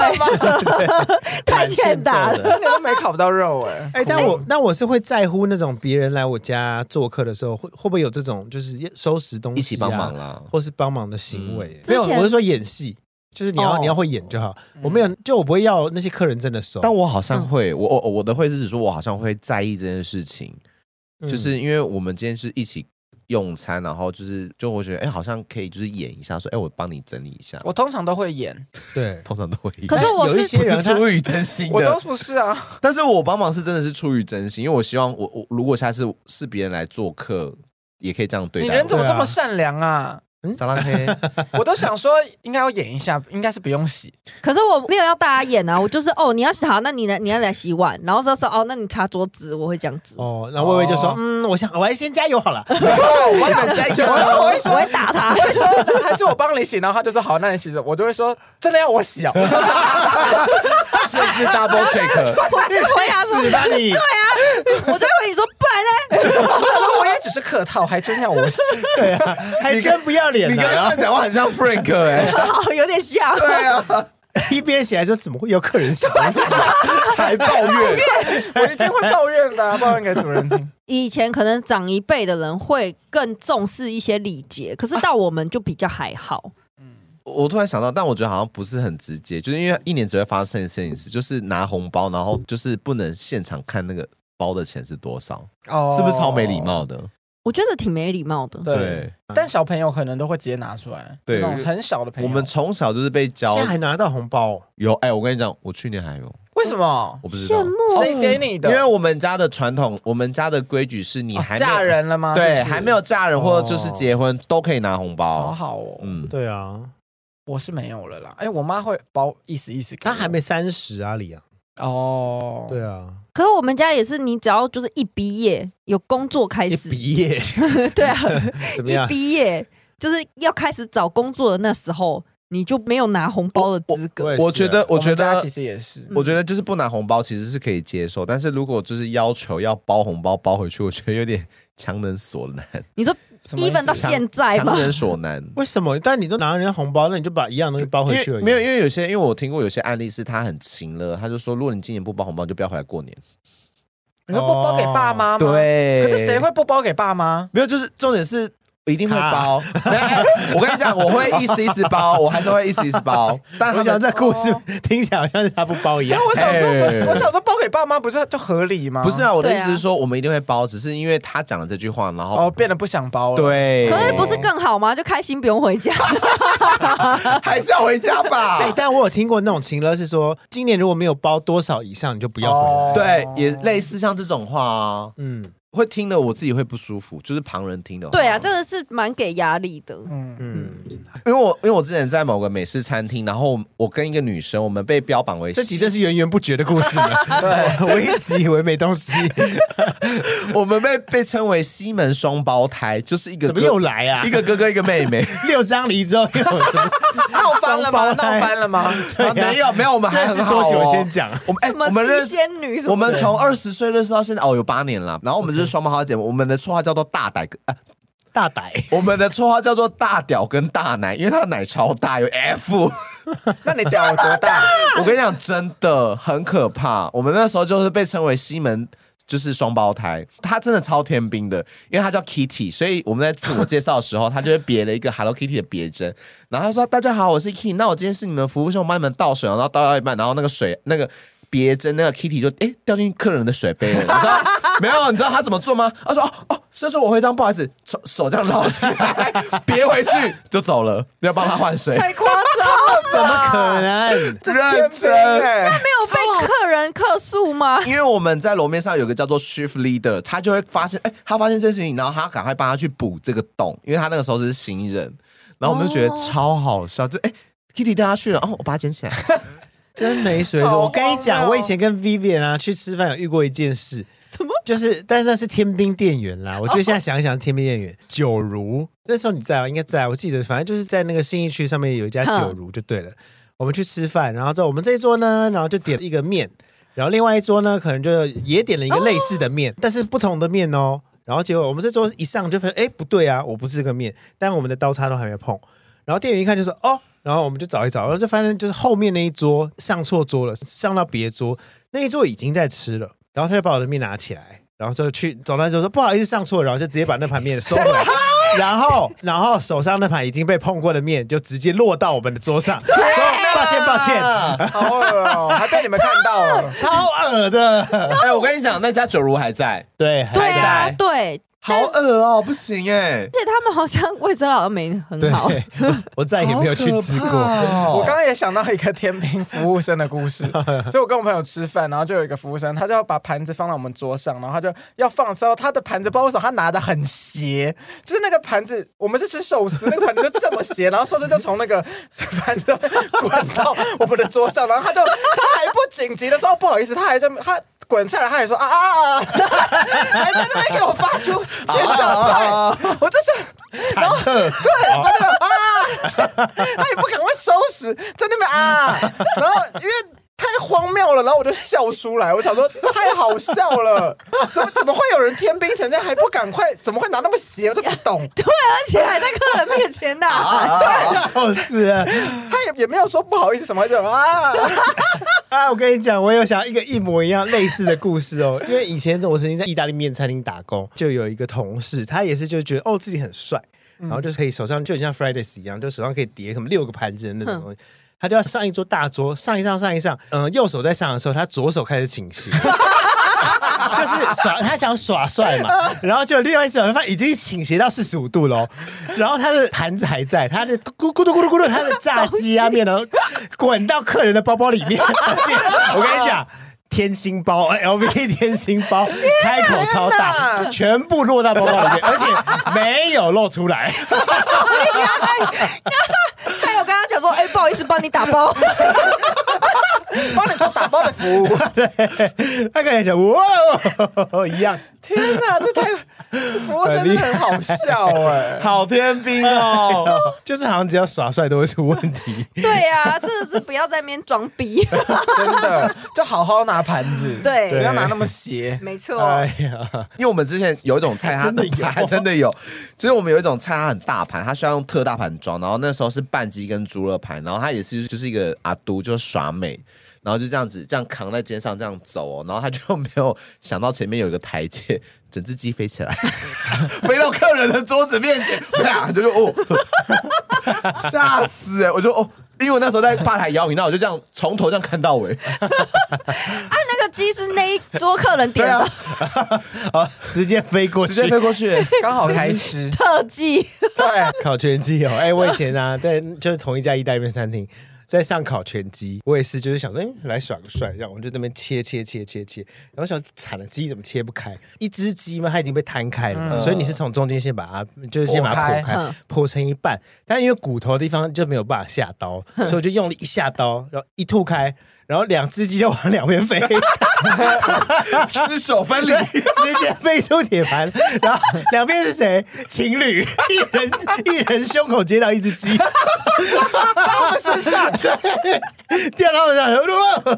S4: 太欠打
S3: 蛮
S4: 了
S3: 欠揍。的
S5: 真的都没烤不到肉哎。
S3: 哎、但我那我是会在乎那种别人来我家做客的时候，会会不会有这种就是收拾东西、啊、
S2: 一起帮忙啦。
S3: 或是帮忙的行
S2: 嗯
S3: 为。
S4: 之
S3: 没有，
S4: 前
S3: 我是说演戏，就是你要、
S4: 哦
S3: 你要会演就好。我没有，就我不会要那些客人真的收，
S2: 嗯但我好像会，我我我的会是指说，我好像会在意这件事情，
S3: 嗯
S2: 就是因为我们今天是一起用餐，然后就是就我觉得，哎，好像可以就是演一下，说，哎，我帮你整理一下。
S5: 我通常都会演，
S3: 对。
S2: 通常都会演，
S4: 可是我
S3: 有一
S4: 是
S3: 些
S2: 不
S3: 人
S2: 是
S3: 他
S2: 出于真心
S5: 我
S2: 的
S5: 都，不是啊，
S2: 但是我帮忙是真的是出于真心，因为我希望我我如果下次是别人来做客，也可以这样 [laughs] 对啊
S5: 你
S2: 待我。
S5: 人怎么这
S3: 对啊
S5: 么善良啊？
S2: 撒浪嘿，
S5: 我都想说应该要演一下，应该是不
S2: [laughs]
S5: 用洗。
S4: 可是我没有要大家演啊，我就是哦，你要好，那你来你要来洗碗，然后说说哦，那你擦桌子，我会这样子，
S3: 哦，然后薇薇就说：“
S5: 哦
S3: 嗯，我想我还是先加
S2: [laughs]
S3: 油好了。
S5: 我帮你们加油，我会
S4: 我
S5: 说
S4: 会打
S3: [laughs]
S4: 他。
S5: 我会说还是我帮你洗，然后他就说好，那你洗着，我就会说真的要我洗啊，
S2: [laughs] 甚至 double check，
S4: 我就回答说，啊
S3: 死吧你！
S4: 我就会回你说，不然呢？ [laughs]
S5: 我说我也只是客套，还真要我洗。
S3: 对啊，还真不要脸、
S2: [laughs]
S3: 啊！
S2: 你刚刚讲话很像 Frank 哎、
S4: 好，有点像。
S2: 对啊，
S3: 一边写还说怎么会有客人喜欢洗？
S2: 还抱怨，
S5: 我一定会抱怨的啊、抱怨给主人听。
S4: 以前可能长一辈的人会更重视一些礼节，可是到我们就比较还好。
S2: [laughs] 我突然想到，但我觉得好像不是很直接，就是因为一年只会发生一次一次，就是拿红包，然后就是不能现场看那个包的钱是多少，
S5: 哦
S2: [laughs] 是不是超没礼？貌的？
S4: 我觉得挺没礼貌的。
S5: 对，但小朋友可能都会直接拿出来，
S2: 对
S5: 那种很小的朋
S2: 我
S5: 友，
S2: 们从小就是被教
S3: 现在还拿到红包、哦，
S2: 有，哎、我跟你讲，我去年还有，
S5: 为什么？
S2: 我不知道
S3: 哦
S4: 羡，慕哦
S5: 谁给你
S2: 因
S5: 的？
S2: 为我们家的传统，我们家的规矩是你
S5: 哦
S2: 还没有
S5: 嫁人了吗？
S2: 对，
S5: 是不是
S2: 还没有嫁人或者就是结婚都可以拿红
S5: 好
S2: 包。
S5: 好哦。
S2: 嗯，
S3: 对啊，
S5: 我是没有了啦。哎，我妈会包意思意思给
S3: 他
S5: 我，
S3: 还没三十啊，李阳。
S5: 哦。
S3: 对啊，
S4: 可是我们家也是，你只要就是一毕业有工作开
S3: 一
S4: 始，
S3: 毕业
S4: [laughs] 对啊，
S3: 怎么
S4: 一
S3: 样？
S4: 毕业就是要开始找工作的那时候，你就没有拿红包的资格。
S3: 也是
S2: 我啊觉得，我
S5: 啊我
S2: 觉
S5: 们家
S2: 得嗯
S5: 其，实也是，
S2: 我觉得就是不拿红包其实是可以接受，但是如果就是要求要包红包包回去，我觉得有点 [laughs] 强人所难，
S4: 你说
S5: 什么意思
S4: even 到
S2: 强
S4: 现在吗
S2: 强？人所 [laughs] 难。
S3: 为什么？但你都拿了人家红包，那你就把一样东西包
S2: 因
S3: 回
S2: 为
S3: 去而已。
S2: 没有，因为有些，因为我听过有些案例是他很勤了，他就说，如果你今年不包红包，你就不要回来过年。
S5: 你会不包给爸妈吗？。
S2: 哦
S3: 哎
S2: 对
S5: 可是谁？会不包给爸妈？
S2: 没有，就是重点是一定会 [laughs] 包。没有哎我跟你讲，我会一丝一丝包，我还是会一丝一丝 [laughs] 包。但他
S3: 我想
S2: 们哦
S3: 这故事听起来好像是他不包一样
S5: 因为。我想说，
S2: 哎
S5: 不是，我想说包给爸妈不是就合理吗？
S2: 不是，啊，我的
S4: 对
S2: 意
S4: 啊
S2: 思是说，我们一定会包，只是因为他讲了这句话，然后
S5: 哦，变得不想包了。，
S2: 对，
S4: [laughs] 可是不是更好吗？就开心不用
S2: [laughs]
S4: 回家。
S2: 还是要回家
S3: 哎，
S2: [laughs]
S5: 啊
S2: 吧？
S3: 但我有听过那种情了，是说今年如果没有包多少以上，你就不要回来。
S5: 哦
S2: 对，也类似像这种话啊，
S3: 嗯
S2: 会听的我自己会不舒服，就是旁人听的话。
S4: 对啊，这个是蛮给压力的。
S5: 嗯，
S3: 嗯，
S2: 因为我因为我之前在某个美式餐厅，然后我跟一个女生，我们被标榜为
S3: 这集真是源源不绝的故事呢。
S5: [laughs] 对，
S3: 我一直以为没东西，
S2: [laughs] 我们被被称为西门双胞胎，就是一个
S3: 怎么
S2: 哥
S3: 又来啊
S2: 一？个哥哥一个妹
S3: [laughs]
S2: 妹。
S3: 六张离之后又有什么事？
S5: 闹翻
S3: [laughs]
S5: 了吗？
S3: 双胞
S5: 闹
S3: 胎
S5: 翻了吗？
S2: 啊没有没有，我们还
S3: 认识
S2: 很好、哦、
S3: 多久先讲？
S2: 我们哎、
S4: 什么
S2: 我们认
S4: 七
S2: 识。
S4: 仙女什
S2: 我
S4: 么？
S2: 们从二十岁认识到现在，哦，有八年了。然后我们就是双胞胎姐妹，我们的绰号叫做大奶哥，啊，
S3: 大
S5: [laughs]
S3: 歹，
S2: 我们的绰号叫做大屌跟大奶，因为他的奶超大，有 F。
S5: 那你屌有多大？
S2: [laughs] 我跟你讲，真的很可怕。我们那时候就是被称为西门。就是双胞胎，他真的超天兵的，因为他叫 Kitty，所以我们在自我介绍的时候，他就会别了一个 Hello Kitty 的别针，然后他说：“大家好，我是 Kitty，那我今天是你们服务生，我帮你们倒水，然后倒到一半，然后那个水那个别针那个 Kitty 就诶掉进客人的水杯了，你知道 [laughs] 没有？你知道他怎么做吗？他说：哦哦，伸出我徽章，不好意思，手手这样捞起来， [laughs] 别回去就走了，要帮他换水，
S5: 太夸张了吧，
S3: 可能
S5: 这是天兵哎！
S4: 没有被客人客诉吗？
S2: 因为我们在楼面上有个叫做 shift leader，他就会发现，哎、他发现这件事情，然后他赶快帮他去补这个洞，因为他那个时候是行人，然后我们就觉得超好笑，就哎、Kitty 掉下去了，哦，我把它捡起来， [laughs]
S3: 真没水准。
S5: 好
S3: 我跟你
S5: 荒
S3: 讲，
S5: 谬
S3: 我以前跟 Vivian 啊去吃饭有遇过一件事，什么？就是，但是那是天兵店员
S5: [laughs]
S3: 啦。我觉得现在想一想，天兵店员九如那时候你在啊，应该在啊，我记得，反正就是在那个信义区上面有一家
S5: 嗯
S4: 哼
S3: 九如就对了。我们去吃饭，然后在我们这一桌呢，然后就点了一个面，然后另外一桌呢，可能就也点了一个类似的
S5: 哦
S3: 面，但是不同的面哦。然后结果我们这桌一上就发现，哎，不对啊，我不是这个面，但我们的刀叉都还没碰。然后店员一看就说，哦，然后我们就找一找，然后就发现就是后面那一桌上错桌了，上到别桌那一桌已经在吃了，然后他就把我的面拿起来，然后就去走那就说不好意思上错了，然后就直接把那盘面收回 [laughs] 来。然后，然后手上那盘已经被碰过的面就直接落到我们的桌上，说抱歉抱歉，
S5: 歉，好恶哦，还被你们看到了。
S3: 超恶的。
S2: 哎、我跟你讲，那家酒如还在，
S3: [laughs] 对，
S4: 对
S2: [laughs]
S4: 啊
S2: 还在，
S4: 对，
S2: 好恶哦、不行哎、
S4: 而且他们好像卫生好像没很
S3: 对啊
S4: 好。，
S3: [laughs] 我再也没有去吃
S2: 好可
S3: 过。
S2: 怕哦
S5: 我刚刚也想到一个天兵服务生的故事，就我跟我朋友吃饭，然后就有一个服务生，他就要把盘子放到我们桌上，然后他就要放的时候，他的盘子不知道为什么他拿的很斜，就是那个盘子，我们是吃寿司，那个盘子就这么斜，然后寿司就从那个盘子滚到我们的桌上，然后他就他还不紧急的说、哦、不好意思，他还在他。滚下来，他也说啊啊啊，还在那边给我发出尖叫，对我就是，然后对，然后那个啊， [laughs] 他也不赶快收拾，在那边啊，然后因为。太荒谬了，然后我就笑出来。我想说，太好笑了，怎么怎么会有人天兵成这样还不赶快？怎么会拿那么斜？我就不懂。
S4: 对，而且还在客人面前
S2: [laughs] 啊
S4: 呐、
S3: 笑死了
S5: 他也也没有说不好意思什么，就啊，
S3: 啊！我跟你讲，我有想一个一模一样类似的故事哦。 [laughs] 因为以前我曾经在意大利面餐厅打工，就有一个同事，他也是就觉得哦自己很帅，然后就是可以手上就很像 Fridays 一样，就手上可以叠什么六个盘子的那种东西。他就要上一桌大桌，上一上上一上，嗯、右手在上的时候，他左手开始倾斜。就是耍，他想耍帅嘛，然后就另外一只手发现已经倾斜到四十五度喽，然后他的盘子还在，他的咕咕嘟咕嘟咕嘟，他的炸鸡啊面呢滚到客人的包包里面。我跟你讲。天星包哎，LV 天星包，开口超大，全部落到包包里面，而且没有露出来。
S4: [laughs] 他有跟他讲说，哎、不好意思，帮你打包。 [laughs]
S5: 帮你做打包的服务。
S3: 他跟你讲，哇哦，一样，
S5: [laughs] 天哪，这太服务生真的很好笑哎、
S2: 好天兵哦！
S3: 就是好像只要耍帅都会出问题。
S4: 对呀、真的是不要在那边装逼。
S2: 哎
S5: 真的，就好好拿盘子，
S4: 对
S5: 不要拿那么 [laughs] 斜。
S4: 没
S2: 哦
S4: 错，
S3: 哎呀，
S2: 因为我们之前有一种菜，它
S3: 真的有
S2: [laughs] 盘真的有，就是我们有一种菜，它很大盘，它需要用特大盘装，然后那时候是半鸡跟猪肋盘，然后它也是就是一个阿都就耍美。然后就这样子，这样扛在肩上这样走哦，然后他就没有想到前面有一个台阶，整只鸡飞起来， [laughs] 飞到客人的桌子面前，啪，就哦， [laughs] 吓死哎、我就哦，因为我那时候在吧台摇饮料，我就这样从头这样看到尾，
S4: 啊，那个鸡是那一桌客人
S2: 对
S4: 点
S2: 啊
S4: 的，
S3: 好，直接飞过去，
S2: 直接飞过去、 [laughs]
S5: 刚好开
S3: 啊
S5: 吃，
S4: 特技。
S5: 对，
S3: 烤全鸡哦，哎、我以前啊，在就是同一家意大利面餐厅，在上烤全鸡，我也是就是想说，哎、来耍个帅，然后我就在那边切切切切切，然后想惨了，鸡怎么切不开？一只鸡嘛，它已经被摊开了嘛，所以你是从中间先把它，就是先把它嗯剖开
S5: 剖开
S4: 嗯，
S3: 剖成一半，但因为骨头的地方就没有办法下刀，所以我就用力一下刀，然后一吐开，然后两只鸡就往两边飞。 [laughs]
S2: 失手分离。
S3: 直接飞出铁盘，然后两边是谁？情侣，一人一人胸口接到一只鸡，
S5: 他们身上 [laughs]
S3: 对，掉到我的耳朵，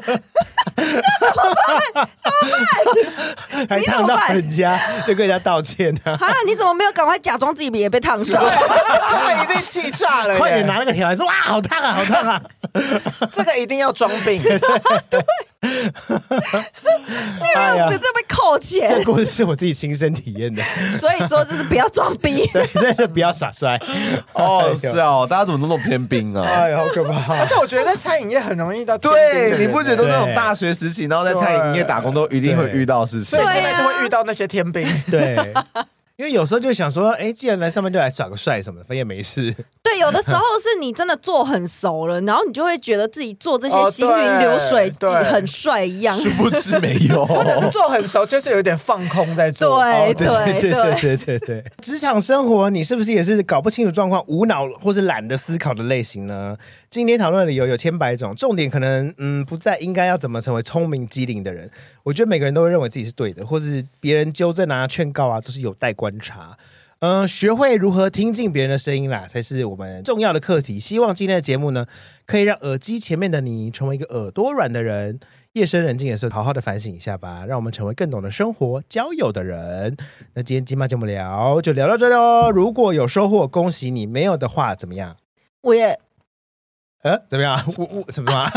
S3: 还烫到人家，就跟人家道歉啊！
S4: 啊，你怎么没有赶快假装自己也被烫伤？
S5: 他们一定气炸了耶。
S3: 快点拿那个铁盘说哇，好烫啊，好烫 [laughs] 啊！
S5: 这个一定要装病。
S3: 哎呀
S4: 你，这被扣钱
S3: 这，故事是我自己亲身体验的，
S4: 所以说就是不要装逼。
S3: 对，真是不要耍帅
S2: 哦，是，哦，大家怎么都那么偏兵啊？
S3: 哎呀，好可怕
S5: [laughs] 而！且我觉得在餐饮业很容易遇到天兵的
S2: 对，
S5: 人欸
S2: 你不觉得那种大学时期，然后在餐饮业打工都一定会遇到的事情
S5: 所以？现在就会遇到那些天兵。
S3: 对。因为有时候就想说，哎，既然来上班，就来耍个帅什么的，反正也没事。
S4: 对，有的时候是你真的做很熟了，然后你就会觉得自己做这些
S5: 哦
S4: 行云流水
S5: 对对
S4: 很帅一样。
S2: 殊不知没 [laughs] 有，
S5: 或者是做很熟，就是有点放空在做。
S4: 哦对
S3: 哦
S4: 对
S3: 对
S4: 对，
S3: 对对对对， [laughs] 职场生活你是不是也是搞不清楚状况、无脑或是懒得思考的类型呢？今天讨论的理由有千百种，重点可能嗯不在应该要怎么成为聪明机灵的人。我觉得每个人都会认为自己是对的，或是别人纠正啊、劝告啊，都是有待观察。嗯，学会如何听进别人的声音啦，才是我们重要的课题。希望今天的节目呢，可以让耳机前面的你成为一个耳朵软的人。夜深人静的时候，好好的反省一下吧，让我们成为更懂得生活、交友的人。那今天金妈节目聊就聊到这喽。如果有收获，恭喜你；没有的话，怎么样？
S4: 我也
S3: 呃，怎么样？我我什么啊？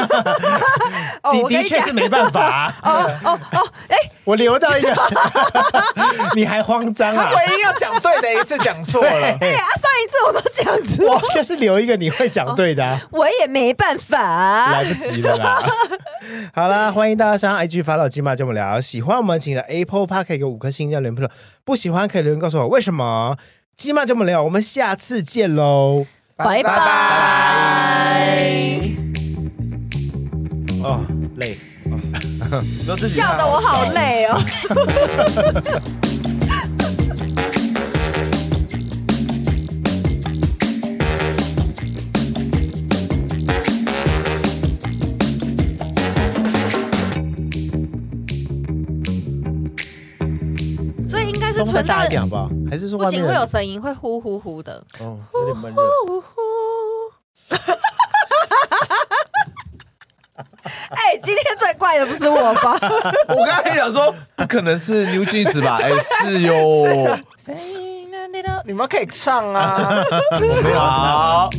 S4: 哦，
S3: 的
S4: 我跟
S3: 的
S4: 你
S3: 确
S4: 讲，
S3: 是没办法啊、
S4: 哦哦哦，哎，
S3: 我留到一个，你还慌张啊
S5: 他？唯一要讲对的一次讲
S2: [laughs]
S5: 错了，
S4: 对啊，上一次我都讲错，
S3: 我就是留一个你会讲对的啊、
S4: 我也没办法。
S3: [laughs] 来不及了
S4: [laughs]
S3: 啦。好啦，欢迎大家上 IG 发到金马这么聊。喜欢我们，请到 Apple Park 给个五颗星要留言评论；不喜欢可以留言告诉我为什么。金马这么聊，我们下次见喽。
S4: 拜拜
S3: 哦，累。
S4: [laughs] 笑得我好累
S3: [laughs]
S4: 哦。所以应该是
S3: 风再
S4: 存
S3: 大
S4: 到
S3: 一点好不好？还是说
S4: 不
S3: 外面
S4: 行，会
S3: 人
S4: 有声音，会呼呼呼
S3: [laughs]
S4: 的。
S3: 哦，有点闷热。
S4: 呼呼。哎，今天最怪的不是我
S3: [laughs]
S4: 吧？
S2: 我刚才想说，不可能是 New Jeans 吧？哎、是
S4: [laughs]
S2: 哟，
S5: 你们可以唱啊。
S2: 好。